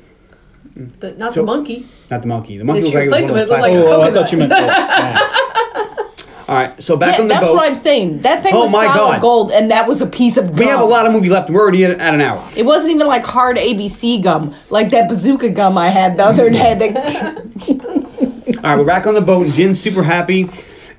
The- not So- the monkey. Not the monkey. The monkey Did looked she like it replace was one of it with- those it plastic looked Oh, I Coconut. thought you meant gold. mask. ones. All right, so back Yeah, on the that's boat. what I'm saying. That thing Oh was my solid God. gold, and that was a piece of gum. we have a lot of movie left. We're already at, at an hour. It wasn't even like hard ABC gum, like that bazooka gum I had the other day. That All right, we're back on the boat, and Jin's super happy.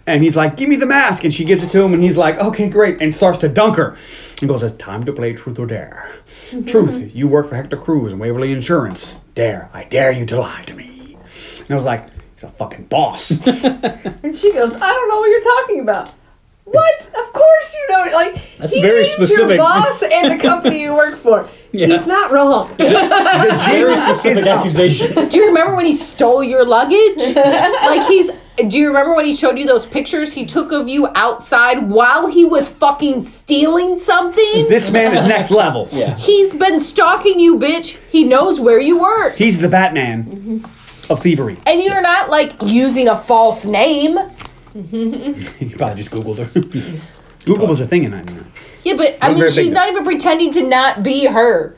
And he's like, give me the mask. And she gives it to him, and he's like, okay, great. And starts to dunk her. And goes, it's time to play truth or dare. Mm-hmm. Truth, you work for Hector Cruz and Waverly Insurance. Dare, I dare you to lie to me. And I was like, he's a fucking boss. And she goes, I don't know what you're talking about. What? Of course you know. Like That's very named Your specific. boss and the company you work for. Yeah. He's not wrong. the Very Jin specific is up. accusation. do you remember when he stole your luggage? like he's. Do you remember when he showed you those pictures he took of you outside while he was fucking stealing something? This man is next level. Yeah. He's been stalking you, bitch. He knows where you work. He's the Batman Mm-hmm. of thievery. and you're not like using a false name. You probably just Googled her. Google was a thing in 99. Yeah, but I Don't mean, grab she's big- Mm-hmm. not even pretending to not be her.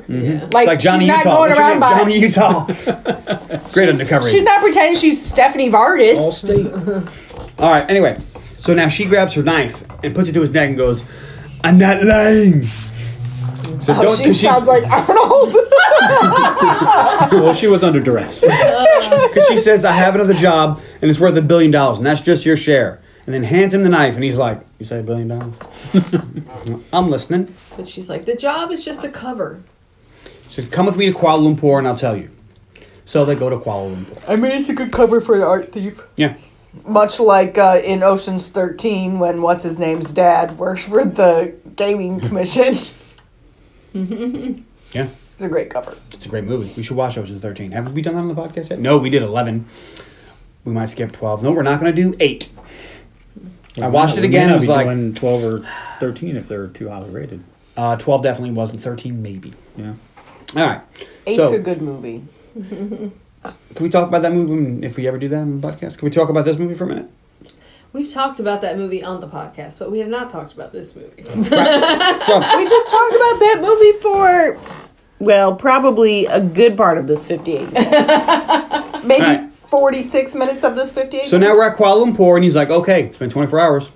Like, Like Johnny she's not Utah. going What's your around name? by. Johnny Utah. Great undercover. she's agent. not pretending she's Stephanie Vardis. All state. All right. Anyway, so now she grabs her knife and puts it to his neck and goes, "I'm not lying." So Oh, she 'cause she's- sounds like Arnold. Well, she was under duress. Because she says, I have another job and it's worth a billion dollars and that's just your share. And then hands him the knife and he's like, You say a billion dollars? I'm listening. But she's like, the job is just a cover. She said, Come with me to Kuala Lumpur and I'll tell you. So they go to Kuala Lumpur. I mean, it's a good cover for an art thief. Yeah. Much like uh, in Ocean's 13 when what's his name's dad works for the gaming commission. it's Yeah. a great cover. It's a great movie. We should watch Ocean's 13. Haven't we done that on the podcast yet? No, we did 11. We might skip 12. No, we're not going to do 8. I watched it We may again. not It was be like, doing twelve or thirteen if they're too highly rated. Uh, 12 definitely wasn't. 13 maybe. Yeah. All right. Eight's so, a good movie. can we talk about that movie when- if we ever do that on the podcast? Can we talk about this movie for a minute? We've talked about that movie on the podcast, but we have not talked about this movie. So, We just talked about that movie for, well, probably a good part of this 58. Maybe Alright. 46 minutes of this 58. so now we're at Kuala Lumpur, and he's like, okay, it's been 24 hours.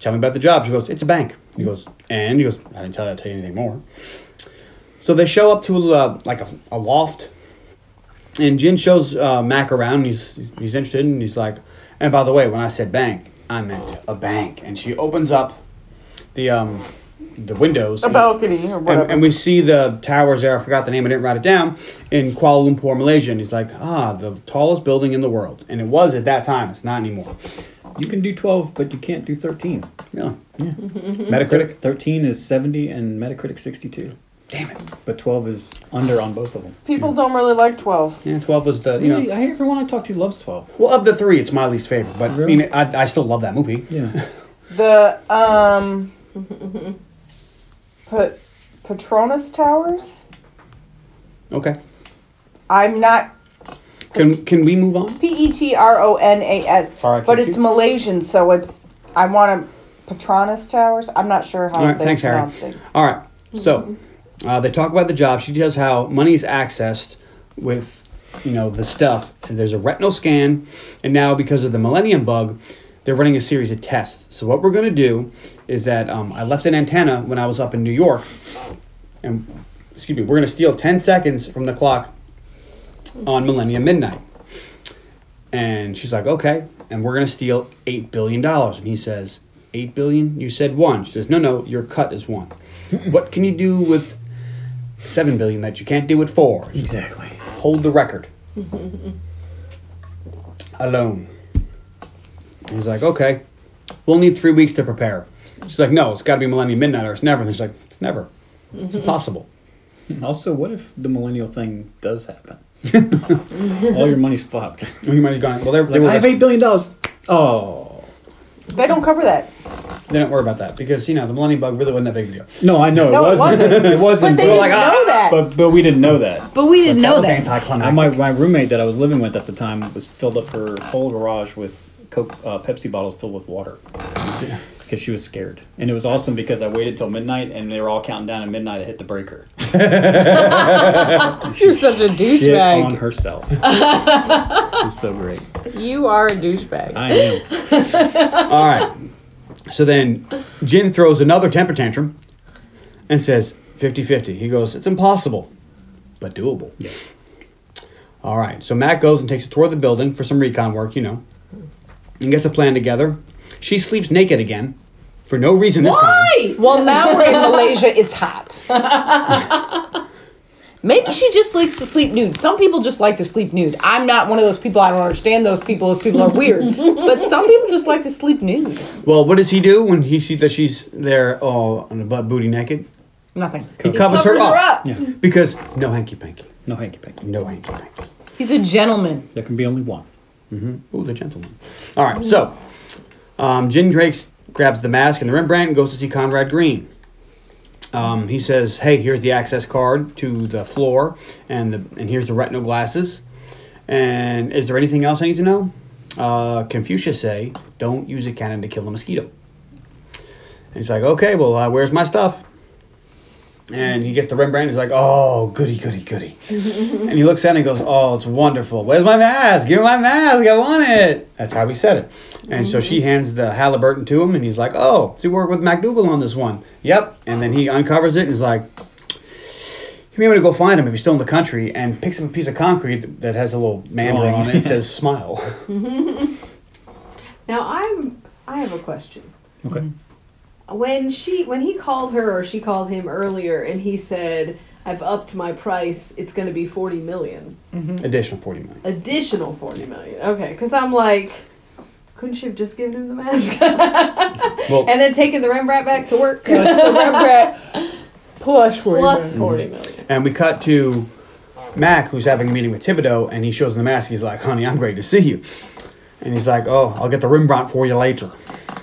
Tell me about the job. She goes, it's a bank. He goes, and? He goes, I didn't tell you, I'll tell you anything more. So they show up to uh, like a, a loft, and Jin shows uh, Mac around, and he's, he's interested, and he's like, and by the way, when I said bank, I meant a bank. And she opens up the, um, the windows. a and- balcony or whatever. And, and we see the towers there. I forgot the name. I didn't write it down. In Kuala Lumpur, Malaysia, and he's like, "Ah, the tallest building in the world." And it was at that time. It's not anymore. You can do 12, but you can't do 13. Really? Yeah. Metacritic? 13 is 70 and Metacritic 62. Damn it. But 12 is under on both of them. Hmm. People don't really like 12. Yeah, 12 was the, you know. Really, I everyone I talk to loves 12. Well, of the three, it's my least favorite, but I mean, I, I still love that movie. Yeah. The, um. Pat- Patronus Towers? Okay. I'm not Can can we move on? P E T R E O N A S. Alright, But thank it's you. Malaysian, so it's. I want to. Patronus Towers? I'm not sure how All right, they thanks, Harry. pronounce it. All right, so uh, they talk about the job. She tells how money is accessed with, you know, the stuff. And there's a retinal scan, and now because of the Millennium Bug, they're running a series of tests. So what we're gonna do is that um, I left an antenna when I was up in New York, and excuse me, we're gonna steal ten seconds from the clock on Millennium Midnight. And she's like, okay, and we're going to steal $8 billion. And he says, $8 billion? You said one. She says, no, no, your cut is one. what can you do with $7 billion that you can't do with four? Exactly. Hold the record. Alone. And he's like, okay, we'll need three weeks to prepare. She's like, no, it's got to be Millennium Midnight or it's never. And he's like, it's never. Mm-hmm. It's impossible. Also, what if the millennial thing does happen? All your money's fucked. He might have gone, well, they're, they Like, were I have listening. $8 billion. Oh. They don't cover that. They don't worry about that because, you know, the Millennium Bug really wasn't that big of a deal. No, I know. No, it it wasn't. wasn't. It But wasn't. they but, didn't like, ah, know that. but, but we didn't know that. But we didn't know was that. I, anticlimactic. my, my roommate that I was living with at the time was filled up her whole garage with Coke, uh, Pepsi bottles filled with water because she was scared. And it was awesome because I waited till midnight and they were all counting down at midnight to hit the breaker. You're such a Shit on herself. it was so great. You are a douchebag. I am. All right. So then Jin throws another temper tantrum and says 50 50. He goes, It's impossible, but doable. Yeah. All right. So Matt goes and takes a tour of the building for some recon work, you know, and gets a plan together. She sleeps naked again for no reason this time. Well, now we're in Malaysia. It's hot. Maybe she just likes to sleep nude. Some people just like to sleep nude. I'm not one of those people. I don't understand those people. Those people are weird. but some people just like to sleep nude. Well, what does he do when he sees that she's there all on the butt booty naked? Nothing. He covers, covers her up. Yeah. Because no hanky panky. No hanky panky. No hanky panky. He's a gentleman. There can be only one. Ooh, the gentleman. All right, so um, Jin Drake grabs the mask and the Rembrandt and goes to see Conrad Green. Um, he says, "Hey, here's the access card to the floor, and the and here's the retinal glasses. And is there anything else I need to know?" Uh, Confucius say, "Don't use a cannon to kill a mosquito." And he's like, "Okay, well, uh, where's my stuff?" And he gets the Rembrandt. He's like, "Oh, goody, goody, goody." and he looks at it and goes, "Oh, it's wonderful. Where's my mask? Give me my mask. I want it." That's how he said it. And so she hands the Halliburton to him, and he's like, "Oh, so you work with MacDougall on this one?" Yep. And then he uncovers it and is like, "You may want to go find him if he's still in the country." And picks up a piece of concrete that has a little mandarin Oh, on it and says, "Smile." Now I'm I have a question. Okay. Mm-hmm. When she when he called her or she called him earlier and he said, I've upped my price, it's gonna be forty million. Additional forty million. Additional forty million. Okay, because I'm like couldn't she have just given him the mask Well, and then taken the Rembrandt back to work? It's the Rembrandt plush word. Plus forty million. And we cut to Mac, who's having a meeting with Thibodeau, and he shows him the mask. He's like, honey, I'm great to see you. And he's like, oh, I'll get the Rembrandt for you later.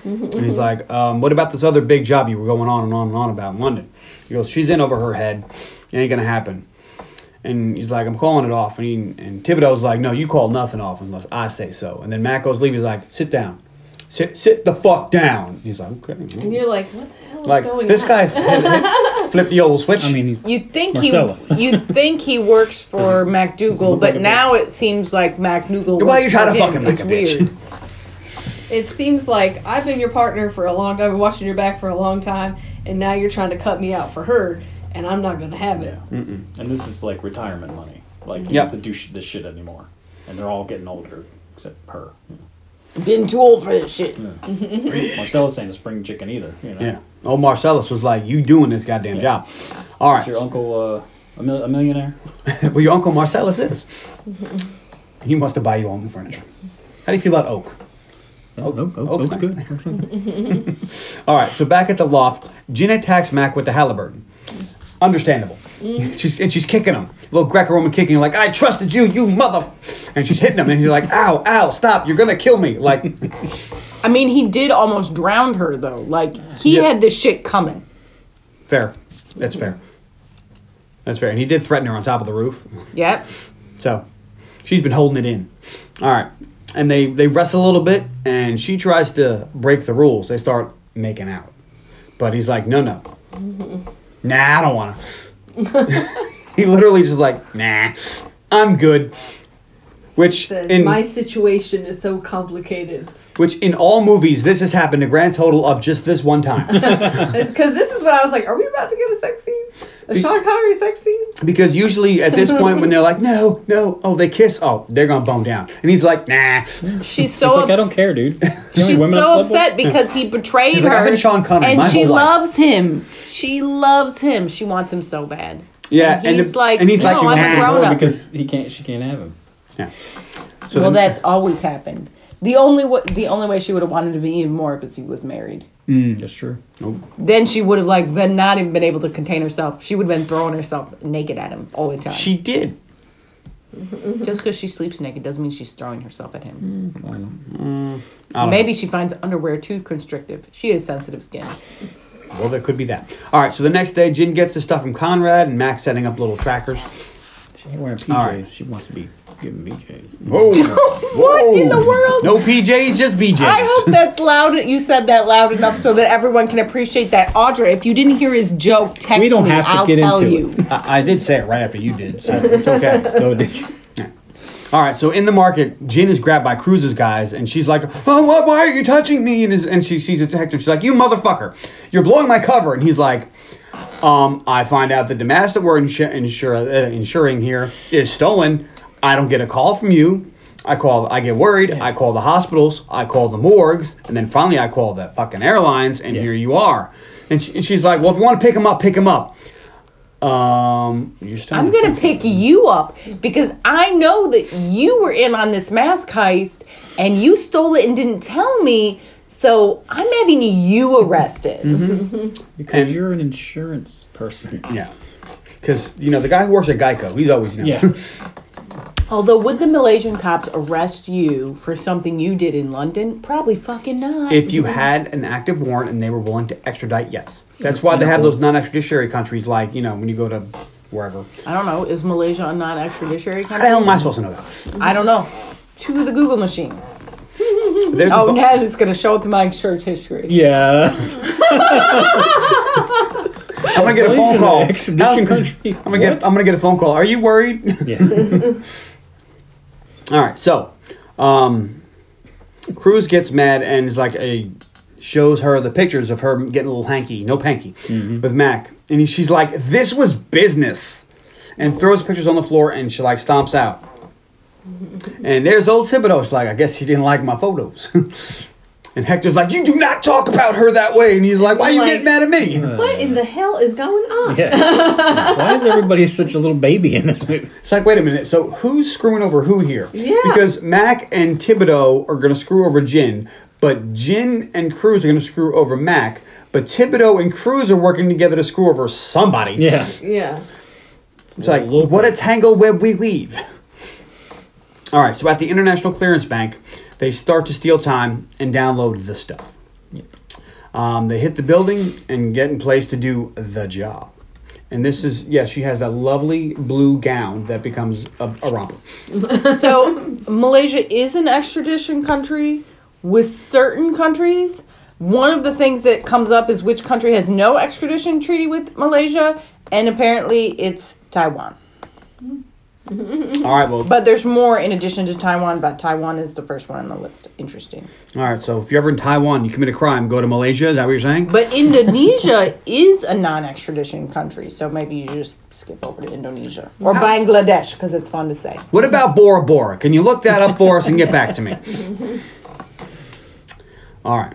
and he's like, um, what about this other big job you were going on and on and on about in London? He goes, she's in over her head. It ain't going to happen. And he's like, I'm calling it off. And, he, and Thibodeau's like, no, you call nothing off unless I say so. And then Mac goes leave. He's like, sit down. Sit, sit the fuck down. And he's like, okay. And you're like, what the hell is like, going this on? guy flipped flip the old switch. I mean, he's. You think Marcellus. he you think he works for MacDougall, look like but a now it seems like MacDougall. Why works you try for to him. fucking make It's a bitch? weird. It seems like I've been your partner for a long I've been watching your back for a long time, and now you're trying to cut me out for her, and I'm not going to have it. And this is like retirement money. Like, you Yep. don't have to do sh- this shit anymore. And they're all getting older, except her. Been too old for this shit. Marcella's ain't a spring chicken either. You know? Yeah. Old Marcellus was like, "You doing this goddamn Yeah. job?" All right. Is your uncle uh, a, mil- a millionaire? well, your uncle Marcellus is. he wants to buy you all new furniture. How do you feel about oak? Oh, oh, oh, Oak's Oak's nice. good. Oak's nice. All right, so back at the loft, Jin attacks Mac with the Halliburton. Understandable. Mm. She's and she's kicking him. Little Greco-Roman kicking, like I trusted you, you mother. And she's hitting him, and he's like, "Ow, ow, stop! You're gonna kill me!" Like, I mean, he did almost drown her though. Like he Yeah. had this shit coming. fair. That's fair. That's fair. And he did threaten her on top of the roof. Yep. So she's been holding it in. All right. And they, they wrestle a little bit, and she tries to break the rules. They start making out. But he's like, no, no. Nah, I don't want to. he literally just like, nah, I'm good. Which Says, in, my situation is so complicated. which in all movies, this has happened a grand total of just this one time. Because this is what I was like, are we about to get a sex scene? A Sean Connery sex scene? Because usually at this point, when they're like, no, no, oh, they kiss, oh, they're going to bone down. And he's like, nah. She's It's so like I don't upset. care, dude. The only She's women I've so slept with- upset because he betrayed He's her. like, "I've been Sean Connery and my she whole life." loves him. She loves him. She wants him so bad. Yeah, and the- he's like, and he's like, no, I'm a nah. grown up. because he can't. She can't have him. Yeah. So Well, then- that's always happened. The only way, the only way she would have wanted to be even more if he was married. That's true. Then she would have like been not even been able to contain herself. She would have been throwing herself naked at him all the time. She did. Just because she sleeps naked doesn't mean she's throwing herself at him. Mm. I don't know. Maybe she finds underwear too constrictive. She has sensitive skin. Well, there could be that. All right. So the next day, Jin gets the stuff from Conrad and Max setting up little trackers. She ain't wearing PJs. Alright. She wants to be giving PJs. Whoa! What in the world? No PJs, just BJs. I hope that's loud. You said that loud enough so that everyone can appreciate that. Audra, if you didn't hear his joke, text We don't me. have to I'll get tell into you. it. I, I did say it right after you did, so it's okay. Oh, did you? All right. So in the market, Jin is grabbed by Cruz's guys, and she's like, "Oh, why, why are you touching me?" And, his, and she sees a detective. She's like, "You motherfucker! You're blowing my cover!" And he's like. Um, I find out that the mask that we're insu- insure- uh, insuring here is stolen. I don't get a call from you. I call. I get worried. I call the hospitals. I call the morgues, and then finally I call the fucking airlines. And here you are. And, she, and she's like, "Well, if you want to pick him up, pick him up." Um, you're still I'm gonna pick you up because I know that you were in on this mask heist and you stole it and didn't tell me. So I'm having you arrested. Because And- you're an insurance person. Yeah, because you know the guy who works at Geico, he's always you know. Yeah. Although, would the Malaysian cops arrest you for something you did in London? Probably fucking not. If you had an active warrant and they were willing to extradite, yes. That's why they have those non-extraditionary countries, like you know when you go to wherever. I don't know. Is Malaysia a non-extraditiary How the country? hell am I supposed to know that? I don't know. To the Google machine. There's a Oh, bu- Ned is going to show up in my church history. Yeah. I'm gonna get a phone Malaysia, call. the extradition country. I'm gonna get. What? I'm gonna get a phone call. Are you worried? Yeah. All right. So, um, Cruz gets mad and is like a shows her the pictures of her getting a little hanky, no panky, with Mac, and he, she's like, "This was business," and throws pictures on the floor, and she like stomps out. And there's old Thibodeau. She's like, "I guess she didn't like my photos." and Hector's like, "You do not talk about her that way," and he's like, "Why you Like- get mad at me?" What in the hell is going on? yeah. Why is everybody such a little baby in this movie? It's like, wait a minute. So who's screwing over who here? Yeah. Because Mac and Thibodeau are going to screw over Jin, but Jin and Cruz are going to screw over Mac, but Thibodeau and Cruz are working together to screw over somebody. Yeah. Yeah. It's like, Lopez. what a tangle web we weave. All right. So at the International Clearance Bank, they start to steal time and download this stuff. Um, they hit the building and get in place to do the job. And this is, yeah, she has that lovely blue gown that becomes a, a romper. So, Malaysia is an extradition country with certain countries. One of the things that comes up is which country has no extradition treaty with Malaysia, and apparently it's Taiwan. All right, well, But there's more in addition to Taiwan, but Taiwan is the first one on the list. Interesting. all right. So if you're ever in Taiwan, you commit a crime, go to Malaysia. Is that what you're saying? But Indonesia is a non extradition country, so maybe you just skip over to Indonesia or Bangladesh because it's fun to say. What about Bora Bora? Can you look that up for us and get back to me? All right.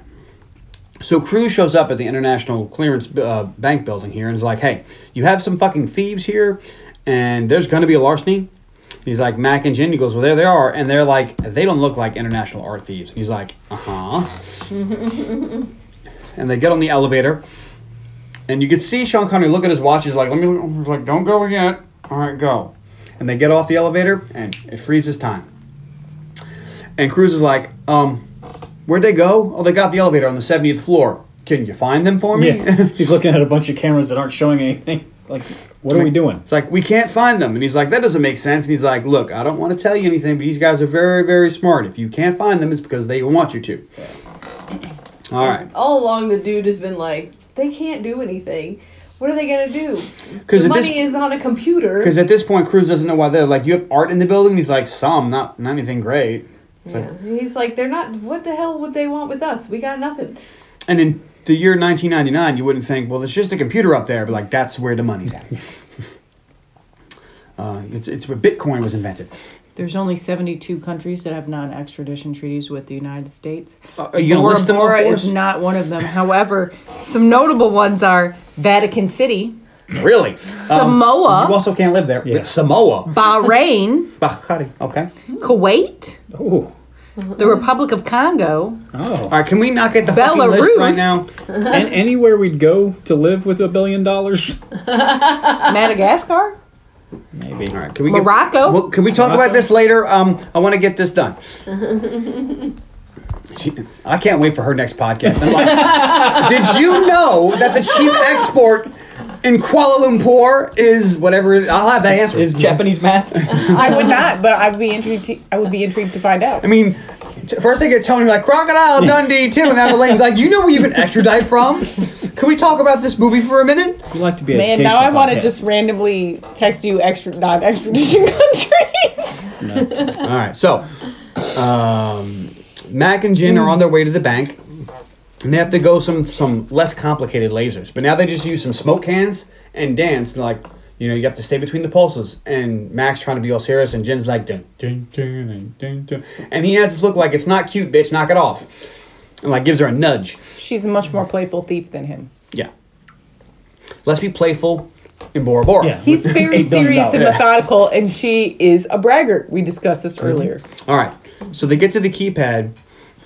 So Cruz shows up at the International Clearance uh, Bank building here and is like, "Hey, you have some fucking thieves here, and there's going to be a larceny. He's like, Mac and Jen. He goes, well, there they are. And they're like, they don't look like international art thieves. And he's like, uh-huh. and they get on the elevator. And you could see Sean Connery look at his watch. He's like, let me look. He's like, don't go yet. All right, go. And they get off the elevator, and it freezes time. And Cruz is like, um, where'd they go? Oh, they got the elevator on the 70th floor. Can you find them for me? Yeah, he's looking at a bunch of cameras that aren't showing anything. Like, what are we doing? It's like, we can't find them. And he's like, that doesn't make sense. And he's like, look, I don't want to tell you anything, but these guys are very, very smart. If you can't find them, it's because they want you to. All right. All along, the dude has been like, they can't do anything. What are they gonna do? 'Cause the at this- money is on a computer. Because at this point, Cruz doesn't know why they're like, you have art in the building? He's like, some, not, not anything great. It's like, Yeah. He's like, they're not. What the hell would they want with us? We got nothing. And in the year 1999, you wouldn't think, well, it's just a computer up there, but like that's where the money's at. uh, it's it's where Bitcoin was invented. There's only 72 countries that have non-extradition treaties with the United States. Uh, are you gonna Bora list them all Bora for is us? not one of them. However, some notable ones are Vatican City, Really? Um, Samoa. you also can't live there. Yeah. It's Samoa. Bahrain, Bahari. Okay. Kuwait, Oh, the Republic of Congo, oh. All right. Can we not get the fucking list Belarus. right now? and anywhere we'd go to live with a billion dollars, Madagascar. maybe. All right. Can we Morocco. Get, well, can we talk about Morocco. this later? Um, I want to get this done. She- I can't wait for her next podcast. I'm like, did you know that the chief export in Kuala Lumpur is whatever? It, I'll have that answer. Is Japanese masks? I would not, but I'd be intrigued. To, I would be intrigued to find out. I mean, t- first they get Tony like Crocodile Dundee, Tim and Abilene. Like, you know where you've been extradite from? Can we talk about this movie for a minute? You like to be Man, educational now I want to podcasts. just randomly text you extra non-extradition countries. All right, so um, Mac and Jin are on their way to the bank, and they have to go some some less complicated lasers. But now they just use some smoke cans and dance. and, Like, you know, you have to stay between the pulses. And Mac's trying to be all serious, and Jin's like, dun, dun, dun, dun, dun, dun. and he has this look like it's not cute, bitch. Knock it off, and like gives her a nudge. She's a much more playful thief than him. Yeah. Let's be playful in Bora Bora. Yeah. He's very Eight billion serious and dollars. methodical, and she is a braggart. We discussed Mm-hmm. this earlier. All right. So they get to the keypad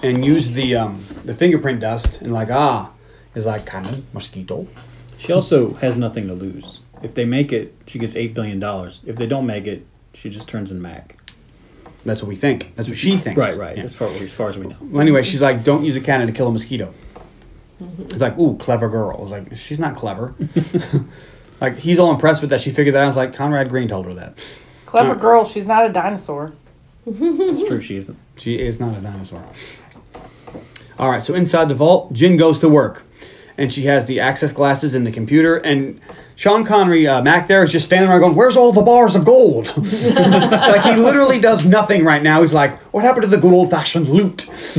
and use the um, the fingerprint dust and like ah is like kind of mosquito. She also has nothing to lose. If they make it, she gets eight billion dollars. If they don't make it, she just turns in Mac. That's what we think. That's what she thinks. Right, right. Yeah. As far as far as we know. Well, anyway, she's like, don't use a cannon to kill a mosquito. Mm-hmm. It's like, ooh, clever girl. It's like, she's not clever. like, he's all impressed with that. She figured that out. I was like, Conrad Green told her that. Clever girl. She's not a dinosaur. It's true. She isn't. She is not a dinosaur. All right, so inside the vault, Jin goes to work, and she has the access glasses and the computer. And Sean Connery, uh, Mac, there is just standing around going, "Where's all the bars of gold?" like he literally does nothing right now. He's like, "What happened to the good old fashioned loot?" This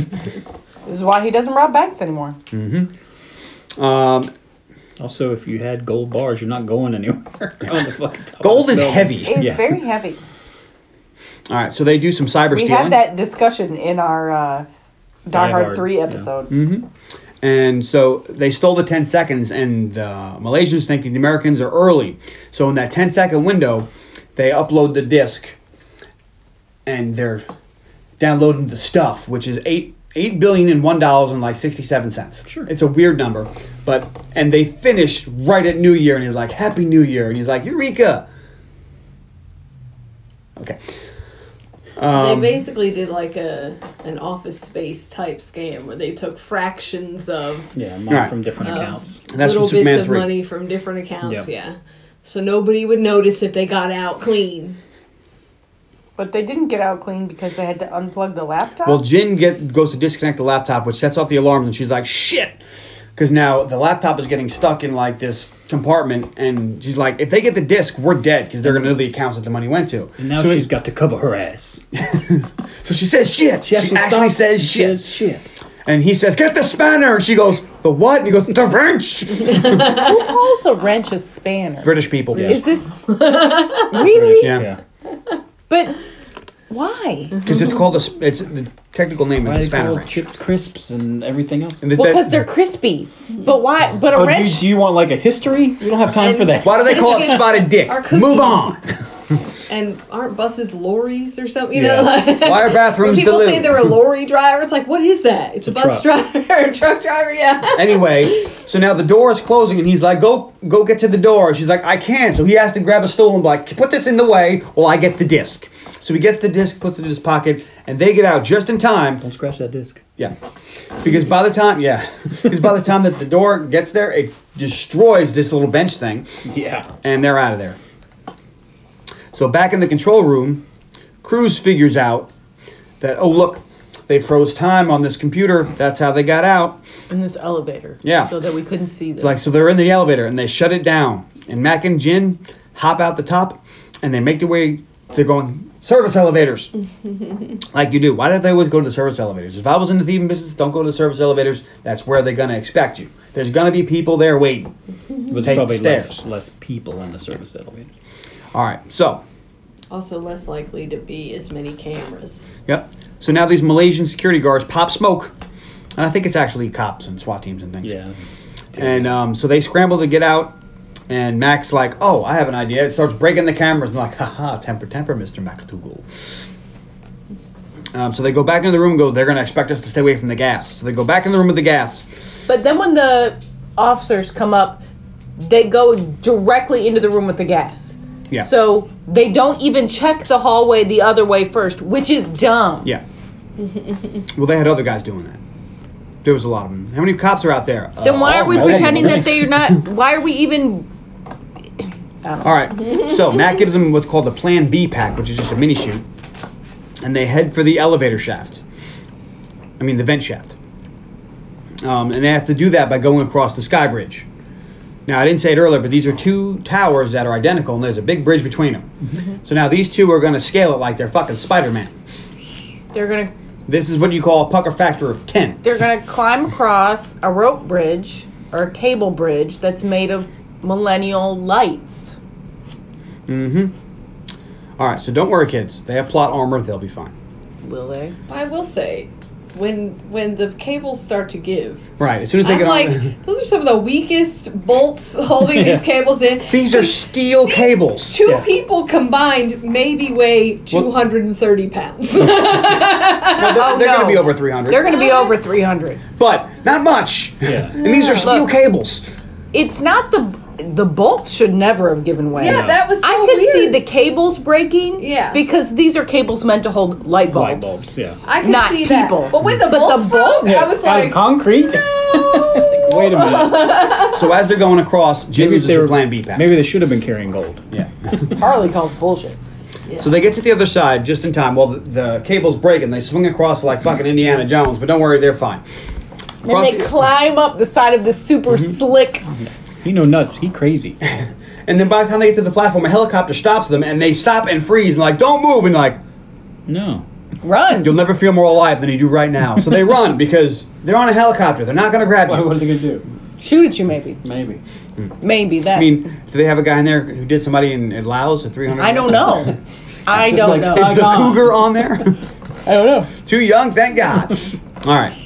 is why he doesn't rob banks anymore. Um, Also, if you had gold bars, you're not going anywhere. on the fucking top of gold this is building. heavy. It's Yeah. very heavy. All right, so they do some cyber We stealing. had that discussion in our uh, Die, Die Hard, Hard, 3 yeah. episode. And so they stole the 10 seconds, and the Malaysians think the Americans are early. So in that 10 second window, they upload the disc and they're downloading the stuff, which is eight eight billion and one dollars and like sixty seven cents. Sure. It's a weird number. But and they finish right at New Year and he's like, Happy New Year, and he's like, Eureka. Okay. they basically did like a an office space type scam where they took fractions of Yeah, mine Alright. from different Um, accounts. And that's from little Superman bits of 3. money from different accounts. Yeah. Yeah. So nobody would notice if they got out clean. But they didn't get out clean because they had to unplug the laptop. Well, Jin get goes to disconnect the laptop, which sets off the alarms, and she's like, "Shit!" Because now the laptop is getting stuck in like this compartment, and she's like, "If they get the disc, we're dead because they're gonna know the accounts that the money went to." Now so, she's got to cover her ass. so she says shit. She actually, stopped and says shit. says shit. And he says, "Get the spanner," and she goes, "The what?" And he goes, "The wrench." Who calls a wrench a spanner? British people. Yeah. Is this really? Yeah. Yeah. But why? Because it's called a. sp- It's the technical name Why is the they spanner call wrench. chips crisps and everything else? And the- Well, that- because they're crispy. But why? But a oh, do you, wrench. do you want like a history? We don't have time for that. why do they call it spotted dick? Our cookies. Move on. and aren't buses lorries or something? You Yeah. know, like, Why are bathrooms when people say delivered? they're a lorry driver, it's like, what is that? It's, It's a, a bus driver, a truck driver, yeah. Anyway, so now the door is closing, and he's like, "Go, go, get to the door." She's like, "I can't." So he has to grab a stool and be like, "Put this in the way while I get the disc." So he gets the disc, puts it in his pocket, and they get out just in time. Don't scratch that disc. Yeah, because by the time, yeah, because by the time that the door gets there, it destroys this little bench thing, Yeah. and they're out of there. So back in the control room, Cruz figures out that oh look, they froze time on this computer. That's how they got out. in this elevator. Yeah. So that we couldn't see them. Like so, they're in the elevator and they shut it down. And Mac and Jin hop out the top, and they make their way. They're going service elevators, like you do. Why did they always go to the service elevators? If I was in the thieving business, don't go to the service elevators. That's where they're gonna expect you. There's gonna be people there waiting. But Take there's probably the less, stairs. less people in the service elevator. All right, so Also, less likely to be as many cameras. yep. So now these Malaysian security guards pop smoke, and I think it's actually cops and SWAT teams and things. Yeah. And um, so they scramble to get out, and Mac's like, "Oh, I have an idea." It starts breaking the cameras, and like, "Haha, temper, temper, Mister McTougall." Um, so they go back into the room and go, "They're gonna expect us to stay away from the gas." So they go back in the room with the gas. but then when the officers come up, they go directly into the room with the gas. Yeah. So they don't even check the hallway the other way first, which is dumb. Yeah. well, they had other guys doing that. There was a lot of them. How many cops are out there? Uh, Then why are we oh, pretending many. that they're not? Why are we even? All right. So Matt gives them what's called the Plan B pack, which is just a mini chute, and they head for the elevator shaft. I mean, the vent shaft. Um, and they have to do that by going across the sky bridge. Now, I didn't say it earlier, but these are two towers that are identical, and there's a big bridge between them. so now these two are going to scale it like they're fucking Spider Man. They're gonna This is what you call a pucker factor of 10. they're gonna climb across a rope bridge or a cable bridge that's made of millennial lights. All right, so don't worry, kids. They have plot armor, they'll be fine. Will they? I will say, when when the cables start to give, Right, as soon as they I'm get like, on. those are some of the weakest bolts holding these cables in. These are steel cables. Two Yeah. people combined maybe weigh 230 pounds. No, they're Oh, going no. to be over 300. They're gonna be over three hundred. but not much. Yeah. and these are steel Look. cables. It's not the the bolts should never have given way. yeah, that was so I could weird. see the cables breaking. Yeah. Because these are cables meant to hold light bulbs. Light bulbs, yeah. I could not see people. that. But when the But the bolts broke, bolts? I was Out like, of concrete? Like, wait a minute. So as they're going across, Jim uses her plan B pack. maybe they should have been carrying gold. Yeah. Harley calls bullshit. so they get to the other side just in time. Well, the, the cables break and they swing across like fucking Indiana Jones, but don't worry, they're fine. And Across they the- climb up the side of the super Mm-hmm. slick. He no nuts. He crazy. and then by the time they get to the platform, a helicopter stops them and they stop and freeze and like, don't move. And like, No. Run. you'll never feel more alive than you do right now. So they run because they're on a helicopter. They're not going to grab Why, you. what are they gonna do? Shoot at you, maybe. Maybe. Maybe that. I mean, do they have a guy in there who did somebody in, in Laos at 300? I don't know. Oh I It's just don't like know. Is the Saigon. cougar on there? I don't know. Too young, thank God. All right.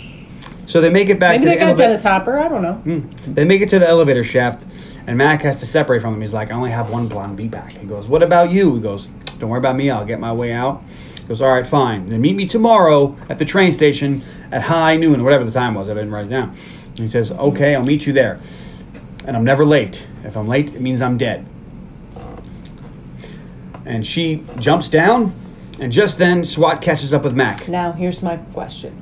So they make it back Maybe to they the got elevator. Dennis Hopper. I don't know. They make it to the elevator shaft, and Mac has to separate from them. He's like, "I only have one blonde B back." He goes, "What about you?" He goes, "Don't worry about me. I'll get my way out." He goes, "All right, fine. Then meet me tomorrow at the train station at high noon, or whatever the time was. I didn't write it down." And he says, "Okay, I'll meet you there." And I'm never late. If I'm late, it means I'm dead. And she jumps down, and just then SWAT catches up with Mac. Now, here's my question.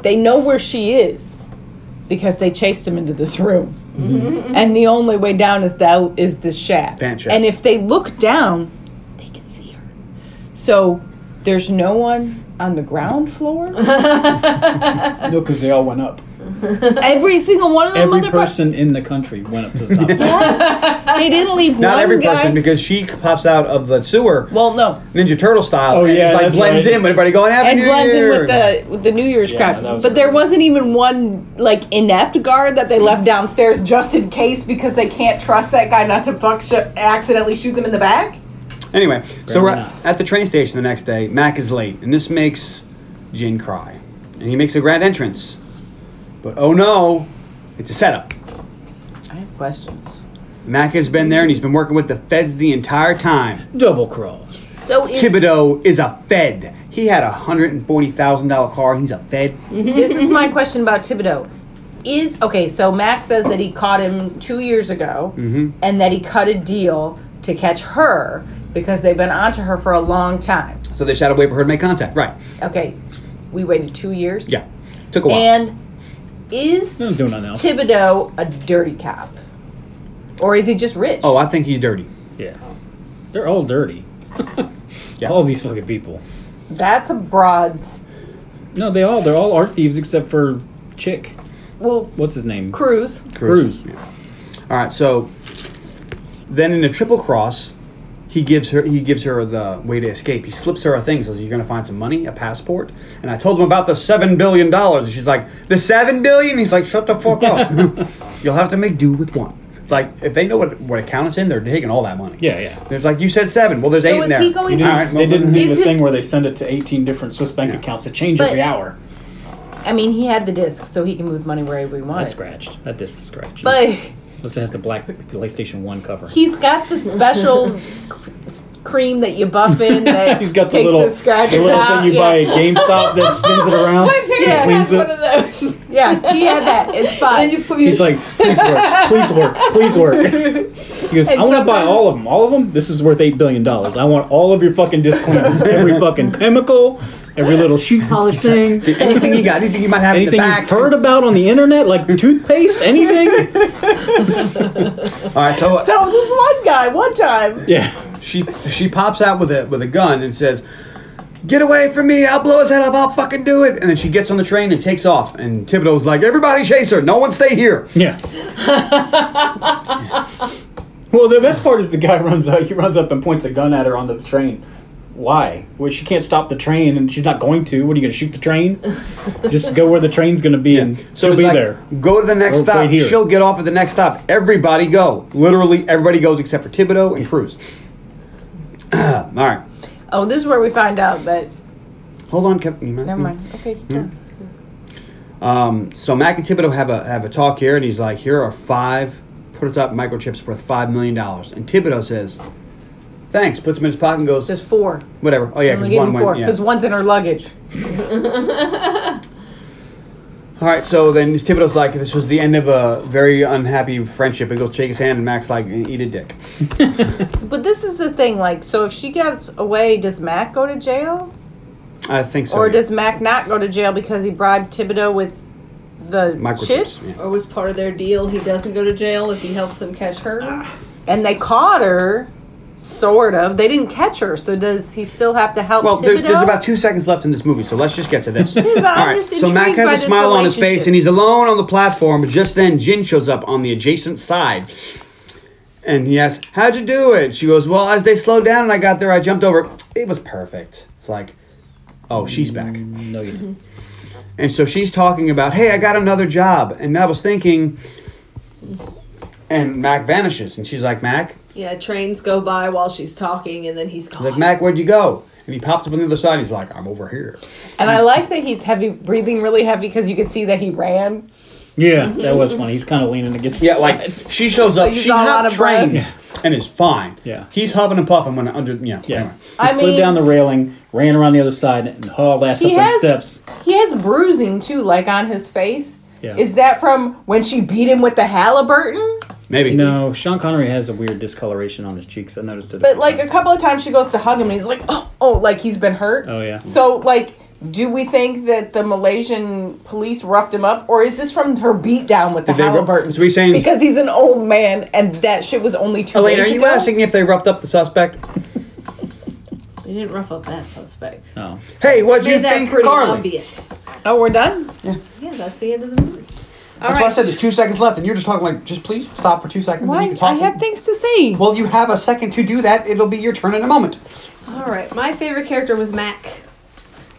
They know where she is because they chased him into this room. And the only way down is that is this shaft. Vent shaft. And if they look down, they can see her. So there's no one on the ground floor. No, because they all went up. Every single one of Oh, them Every motherfuckers. person in the country went up to the top. They didn't leave Not one every guy. person, because she pops out of the sewer. well, no. Ninja Turtle style. Oh, and yeah, just like that's blends right. in with everybody going Happy And New blends in Year. with the with the New Year's Yeah, crowd. that But was there crazy. wasn't even one like inept guard that they left downstairs just in case because they can't trust that guy not to fuck sh- accidentally shoot them in the back. anyway, so we're enough. at the train station the next day. Mac is late, and this makes Jin cry, and he makes a grand entrance, but oh no, it's a setup. I have questions. Mac has been there and he's been working with the feds the entire time. Double cross. So is, Thibodeau is a Fed. He had a hundred and forty thousand dollar car. He's a Fed. Mm-hmm. Mm-hmm. this is my question about Thibodeau. Is okay. So Max says that he caught him two years ago, Mm-hmm. and that he cut a deal to catch her because they've been onto her for a long time. So they shot a way for her to make contact. Right. Okay, we waited two years. Yeah. Took a while. And is Don't do nothing else. Thibodeau a dirty cop, or is he just rich? oh, I think he's dirty. Yeah. They're all dirty. Yeah. All these fucking people. that's a broad. s- No, they all they're all art thieves except for Chick. Well, What's his name? Cruz. Cruz. Yeah. All right. So then in a triple cross, he gives her he gives her the way to escape. He slips her a thing. Says you're going to find some money, a passport. And I told him about the seven billion dollars. And she's like, the seven billion. He's like, shut the fuck up. You'll have to make do with one. Like if they know what what account it's in, they're taking all that money. Yeah, yeah. There's like you said seven. Well, there's eight is in there. he going to- All right, they well, didn't then- do the Is his- thing where they send it to 18 different Swiss bank accounts to change But- every hour. I mean, he had the disc, so he can move money wherever he That's wants. scratched. That disc is scratched. But Listen, it has the black PlayStation 1 cover. he's got the special cream that you buff in. That He's got the takes little, the scratches the little out. thing you yeah. buy at GameStop that spins it around, and parents cleans had it. those. Yeah, he had that. It's fine. And you put He's like, please work, please work, please work. He goes, I want to buy sometimes- all of them. All of them? This is worth $8 billion. I want all of your fucking disclaimers. Every fucking chemical, every little shoe polish thing, Anything you got? Anything you might have in the anything back? you've heard about on the internet, like toothpaste, anything. All right. So So this one guy, one time, Yeah. she she pops out with a with a gun and says, "Get away from me! I'll blow his head off! I'll fucking do it!" And then she gets on the train and takes off. And Thibodeau's like, "Everybody chase her! No one stay here!" Yeah. well, the best part is the guy runs out. He runs up and points a gun at her on the train. Why? Well, she can't stop the train, and she's not going to. What are you going to shoot the train? Just go where the train's going to be, and So she'll it's be like, there. Go to the next Or stop. wait here. She'll get off at the next stop. Everybody go. Literally, everybody goes except for Thibodeau and Cruz. All right, oh, this is where we find out that. hold on. Kev- you mind? Hmm. Never mind. Okay, keep going. Um, so Mac and Thibodeau have a have a talk here, and he's like, "Here are five prototype microchips worth five million dollars." And Thibodeau says, "Thanks." Puts them in his pocket and goes, There's four. Whatever. Oh yeah, I'm gonna because give one you went. four yeah. because one's in her luggage. All right. So then Thibodeau's like, "This was the end of a very unhappy friendship." And goes shake his hand, and Max like, "E-, "Eat a dick." But this is the thing, like, so if she gets away, does Mac go to jail, I think so. or yeah. does Mac not go to jail because he bribed Thibodeau with the Microchips, chips, yeah. Or was "Oh, part of their deal he doesn't go to jail if he helps them catch Ah. her? and they caught her, sort of. They didn't catch her, so does he still have to help? Well, Thibodeau? there's, there's about two seconds left in this movie, so let's just get to this. All I'm right. just So Mac intrigued by has this a smile on his face, relationship. and he's alone on the platform. But just then, Jin shows up on the adjacent side, and he asks, "How'd you do it?" She goes, "Well, as they slowed down and I got there, I jumped over. It was perfect." It's like, oh, she's back. No, you didn't. And so she's talking about, hey, I got another job. And I was thinking, and Mac vanishes. And she's like, Mac? Yeah, trains go by while she's talking and then he's gone. Like, Mac, where'd you go? And he pops up on the other side. He's like, I'm over here. and I like that he's heavy, breathing really heavy because you can see that he ran. Yeah, that was funny. He's kind of leaning against. Yeah, the like, side. she shows up. he's She all out hopped of breath. trains and is fine. Yeah. He's huffing and puffing when under, yeah. yeah. anyway. He I slid mean- down the railing, ran around the other side, and hauled ass up He those has- steps. He has bruising too, like on his face. Yeah. Is that from when she beat him with the Halliburton? Maybe. No, Sean Connery has a weird discoloration on his cheeks. I noticed it. But like a couple of times she goes to hug him and he's like, oh, oh, like he's been hurt. Oh, yeah. So like, do we think that the Malaysian police roughed him up, or is this from her beat down with the Did they ru- Halliburton? so we're saying- because he's an old man and that shit was only two. Elaine, days are you ago? asking if they roughed up the suspect? They didn't rough up that suspect. oh. Hey, what'd you Made that think, pretty Carly? obvious. Oh, we're done. Yeah, that's the end of the movie. All That's right. why I said there's two seconds left, and you're just talking like, just please stop for two seconds and Why? you can talk. I have things to say. well, you have a second to do that. It'll be your turn in a moment. All right. My favorite character was Mac.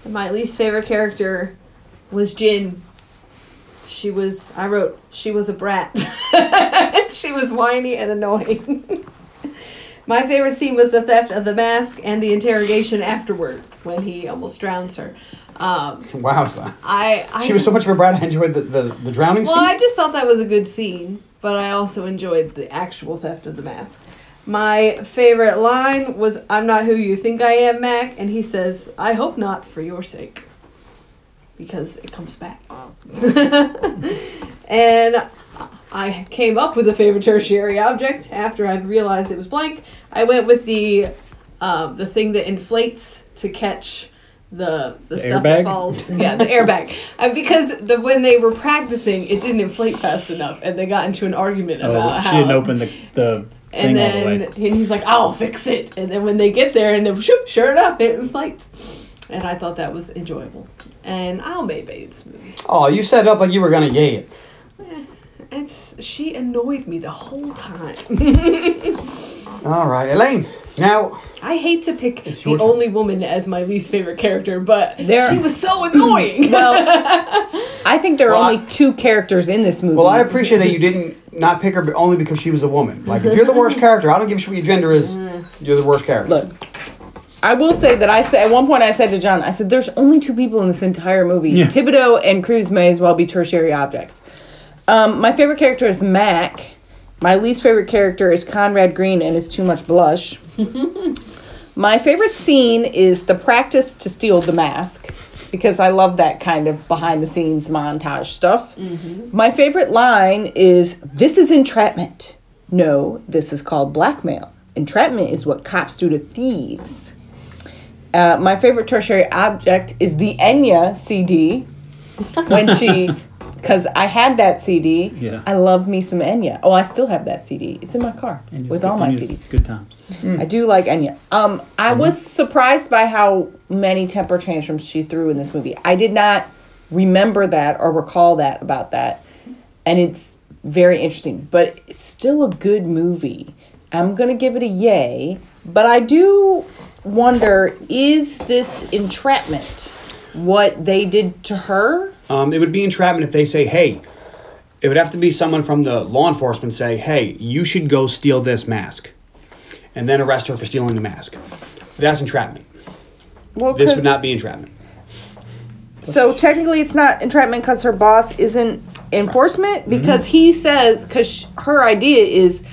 And my least favorite character was Jin. She was, I wrote, she was a brat. she was whiny and annoying. my favorite scene was the theft of the mask and the interrogation afterward when he almost drowns her. Um, Wow, it's loud. I, I She was so just- much of a brat. I enjoyed the, the, the drowning Well, scene. I just thought that was a good scene. but I also enjoyed the actual theft of the mask. My favorite line was I'm not who you think I am, Mac, and he says, I hope not for your sake. Because it comes back. and I came up with a favorite tertiary object after I'd realized it was blank. I went with the um, the thing that inflates to catch the the, stuff airbag? that falls. Yeah, the airbag. Uh, because the when they were practicing, it didn't inflate fast enough, and they got into an argument Oh, about she how. didn't open the, the thing and all the then way. and he's like, "I'll fix it." And then when they get there, and then shoop, sure enough, it inflates. And I thought that was enjoyable. And I'll make Bates movie. Oh, you set it up like you were gonna yay it. And she annoyed me the whole time. All right, Elaine. Now, I hate to pick the your turn. only woman as my least favorite character, but There- she was so annoying. Well, I think there are Well, I- only two characters in this movie. well, I appreciate that you didn't not pick her but only because she was a woman. Like, if you're the worst character, I don't give a shit what your gender is. Uh. You're the worst character. Look, I will say that I said at one point I said to John, I said, "There's only two people in this entire movie. Yeah. Thibodeau and Cruz may as well be tertiary objects." Um, my favorite character is Mac. My least favorite character is Conrad Green and his too much blush. my favorite scene is the practice to steal the mask because I love that kind of behind the scenes montage stuff. My favorite line is this is entrapment. No, this is called blackmail. Entrapment is what cops do to thieves. Uh, my favorite tertiary object is the Enya CD. When she, because I had that CD. Yeah. I love me some Enya. Oh, I still have that CD. It's in my car with all my It's CDs. Good times. I do like Enya. Um, I was surprised by how many temper tantrums she threw in this movie. I did not remember that or recall that about that, and it's very interesting. But it's still a good movie. I'm gonna give it a yay. But I do wonder: is this entrapment what they did to her? Um, it would be entrapment if they say, hey, it would have to be someone from the law enforcement say, hey, you should go steal this mask. And then arrest her for stealing the mask. That's entrapment. Well, This would not be entrapment. So technically, it's not entrapment because her boss isn't enforcement because he says because her idea is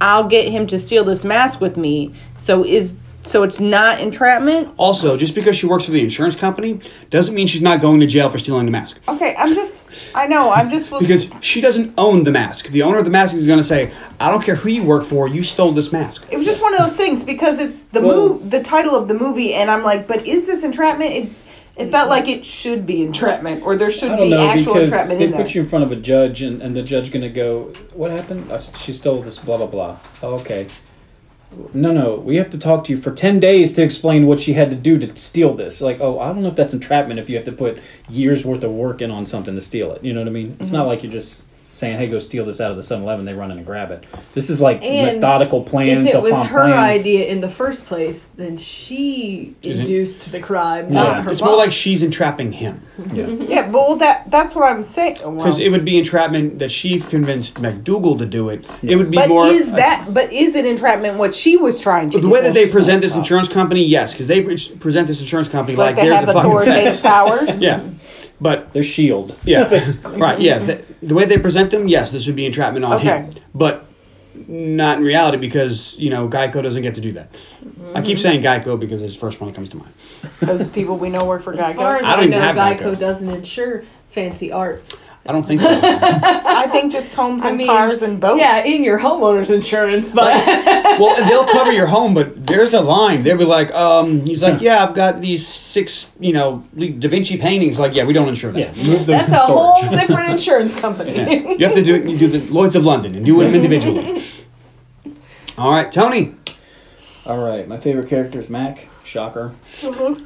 I'll get him to steal this mask with me. So is so it's not entrapment. Also, just because she works for the insurance company doesn't mean she's not going to jail for stealing the mask. Okay, I'm just I know I'm just Because she doesn't own the mask. The owner of the mask is going to say, I don't care who you work for, you stole this mask. it was just one of those things because it's the Well- move the title of the movie and I'm like, but is this entrapment? It, it felt like it should be entrapment or there should I don't be know actual because entrapment they in there. put you in front of a judge, and, and the judge gonna go, "What happened? I s- she stole this blah blah blah." Oh, okay. No, no, we have to talk to you for ten days to explain what she had to do to steal this. Like, oh, I don't know if that's entrapment if you have to put years worth of work in on something to steal it. You know what I mean? It's Mm-hmm. not like you're just saying, "Hey, go steal this out of the 7-Eleven. They run in and grab it. This is like And methodical plans. if it was upon her plans. idea in the first place, then she induced the crime, not her It's boss. more like she's entrapping him. yeah, but well, that that's what I'm saying. Because it would be entrapment that she convinced McDougal to do it. It would be But more. is that? But is it entrapment? What she was trying to the do? way that Well, they she's not present this involved. insurance company, yes, because they pre- present this insurance company like, like, they they're have the fucking authoritative feds. powers. Yeah, but their shield. yeah, right, yeah. The, the way they present them, yes, this would be entrapment on him, Okay. but not in reality because you know Geico doesn't get to do that. I Mm-hmm. keep saying Geico because it's the first one that comes to mind. Those people we know work for as Geico. far as I I, don't know, even have Geico Geico. doesn't insure fancy art. I don't think so. I think just homes I and mean, cars and boats. Yeah, in your homeowner's insurance, but well, and they'll cover your home, but there's a line. They'll be like, um, he's like, yeah, I've got these six, you know, Da Vinci paintings. Like, yeah, we don't insure that. Yeah, move those that's to a storage. whole different insurance company. you have to do it. You do the Lloyd's of London and do them individually. All right, Tony. All right, my favorite character is Mac. Shocker.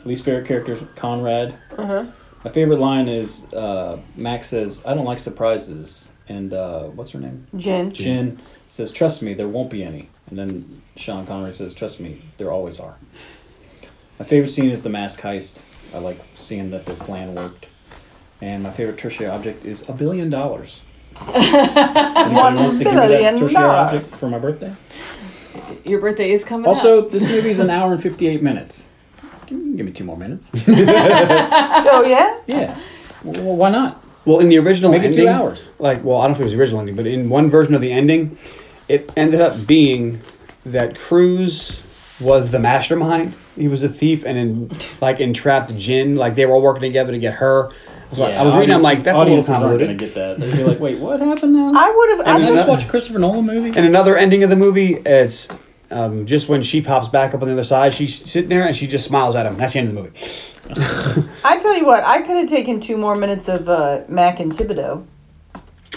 Least favorite character is Conrad. My favorite line is uh, Mac says, "I don't like surprises," and uh, what's her name? Jen. Jen says, "Trust me, there won't be any." And then Sean Connery says, "Trust me, there always are." My favorite scene is the mask heist. I like seeing that the plan worked. And my favorite tertiary object is a billion dollars. Anybody wants to give me that billion tertiary object dollars. for my birthday. Your birthday is coming up. Also, this movie is an hour and 58 minutes. Give me two more minutes. Oh yeah. Yeah. well, why not? Well, in the original Make it ending, two hours. Like, well, I don't know if it was the original ending, but in one version of the ending, it ended up being that Cruz was the mastermind. He was a thief and in, like entrapped Jin. Like they were all working together to get her. I was, like, I was reading. audiences- I'm like, that's a little audiences aren't convoluted. going to get that. They'd be like, wait, what happened now? I would've- I Did you would've- just watch a Christopher Nolan movie? And another ending of the movie, it's um, just when she pops back up on the other side, she's sitting there and she just smiles at him. That's the end of the movie. I tell you what, I could have taken two more minutes of uh, Mac and Thibodeau.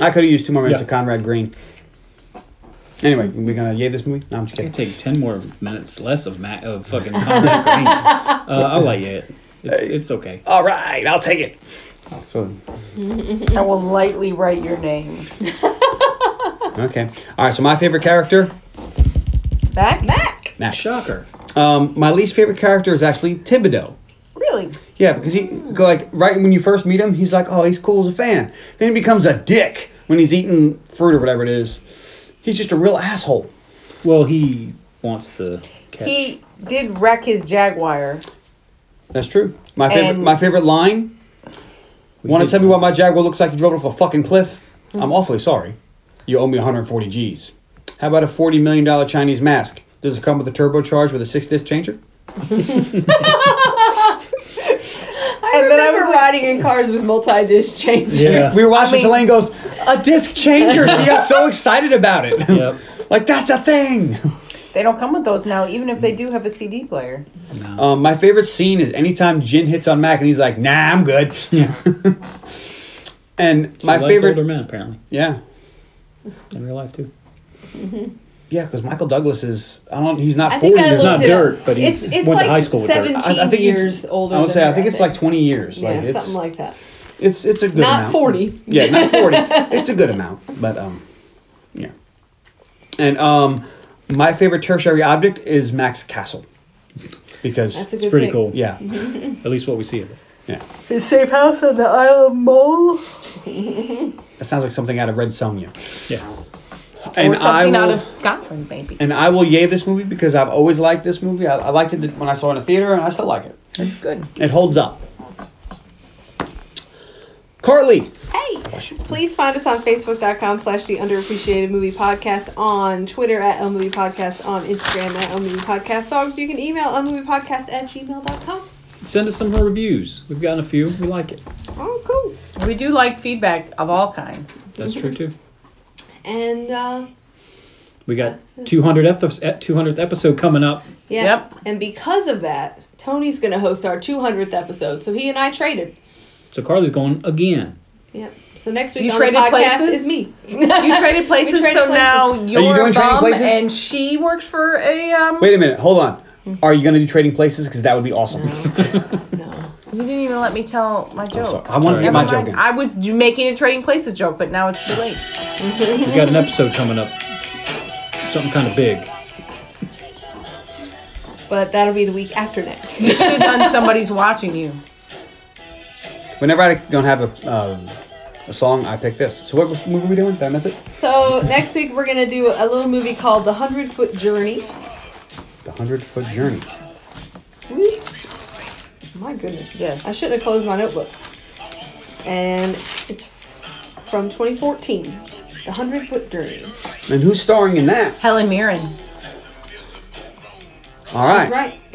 I could have used two more minutes Yeah. of Conrad Green. Anyway, we gonna yay this movie? No, I'm just I kidding. take ten more minutes less of Matt of fucking Conrad Green. Uh, I'll let you. It. It's it's okay. All right, I'll take it. So I will lightly write your name. okay, all right. So my favorite character, Mac? Mac. Matt. Shocker. Um, my least favorite character is actually Thibodeau. Really? Yeah, because he like right when you first meet him, he's like, oh, he's cool as a fan. Then he becomes a dick when he's eating fruit or whatever it is. He's just a real asshole. Well, he wants to catch. He did wreck his Jaguar. That's true. My favorite. And- my favorite line. Want to did- tell me why my Jaguar looks like you drove it off a fucking cliff? Mm-hmm. I'm awfully sorry. You owe me 140 G's. How about a 40 million dollar Chinese mask? Does it come with a turbocharge with a six disc changer? I And then I remember was like- riding in cars with multi disc changes. Yeah. We were watching. I mean- Selene goes, a disc changer. she got so excited about it. Yep. like that's a thing. They don't come with those now, even if they do have a CD player. Um, my favorite scene is anytime Jin hits on Mac and he's like, Nah, I'm good. Yeah. and She my likes favorite. older men apparently Yeah. in real life too. Yeah, because Michael Douglas is. I don't. He's not I forty. uh, think I He's looked not not. it dirt, up. but he's- it's, it's went to like high school with her. I- I Seventeen I, I think he's- years older. I would than say. I her, think it's like twenty years. yeah, like it's, something like that. It's it's a good Not amount. 40. Yeah, not forty. it's a good amount, but um, yeah. And um, my favorite tertiary object is Max Castle, because That's a good It's pretty pick. cool. yeah, At least what we see of it. yeah. His safe house on the Isle of Mole? That sounds like something out of Red Sonja. Yeah. And or something I will, out of Scotland, maybe. and I will yay this movie because I've always liked this movie. I, I liked it when I saw it in the theater, and I still like it. It's good. It holds up. Carly. Hey, please find us on Facebook.com slash the underappreciated movie podcast, on Twitter at L Movie Podcast, on Instagram at L Movie Podcast Dogs. You can email Podcast at gmail.com. Send us some more reviews. We've gotten a few. We like it. Oh, cool. We do like feedback of all kinds. That's true too. And uh, We got 200 episodes. 200th eh, episode coming up. yeah. Yep. And because of that, Tony's going to host our 200th episode. So he and I traded. So Carly's going again. Yep. So next week You on the traded podcast places? is me. You traded places, We traded so places. now you you're doing a trading bum, places? and she works for a. Um, Wait a minute. Hold on. Are you going to do trading places? Because that would be awesome. No. You didn't even let me tell my So, joke. I wanted to get Never my Never joke mind. in. I was j- making a trading places joke, but now it's too late. We got an episode coming up. Something kind of big. But that'll be the week after next. Should have done somebody's watching you. Whenever I don't have a, um, a song, I pick this. So what movie are we doing? Did I miss it? so next week we're going to do a little movie called The Hundred Foot Journey. The Hundred Foot Journey. My goodness. Yes. I shouldn't have closed my notebook. And it's from 2014. The Hundred Foot Journey. And who's starring in that? Helen Mirren. All right. That's right.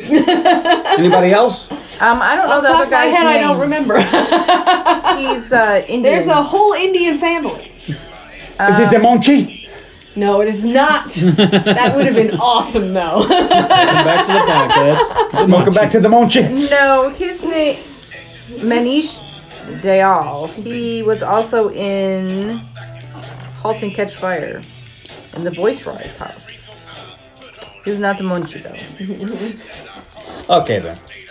Anybody else? Um, I don't know Off the the top other of my guy's head, I name. don't remember. He's uh, Indian. There's a whole Indian family. Is Uh, it Demonchi? No, it is not. that would have been awesome, though. Welcome back to the podcast. Welcome back to Demonchi. No, his name Manish Dayal. He was also in *Halt and Catch Fire* in the Voice Rise House. He was not the Munchie though. Okay then.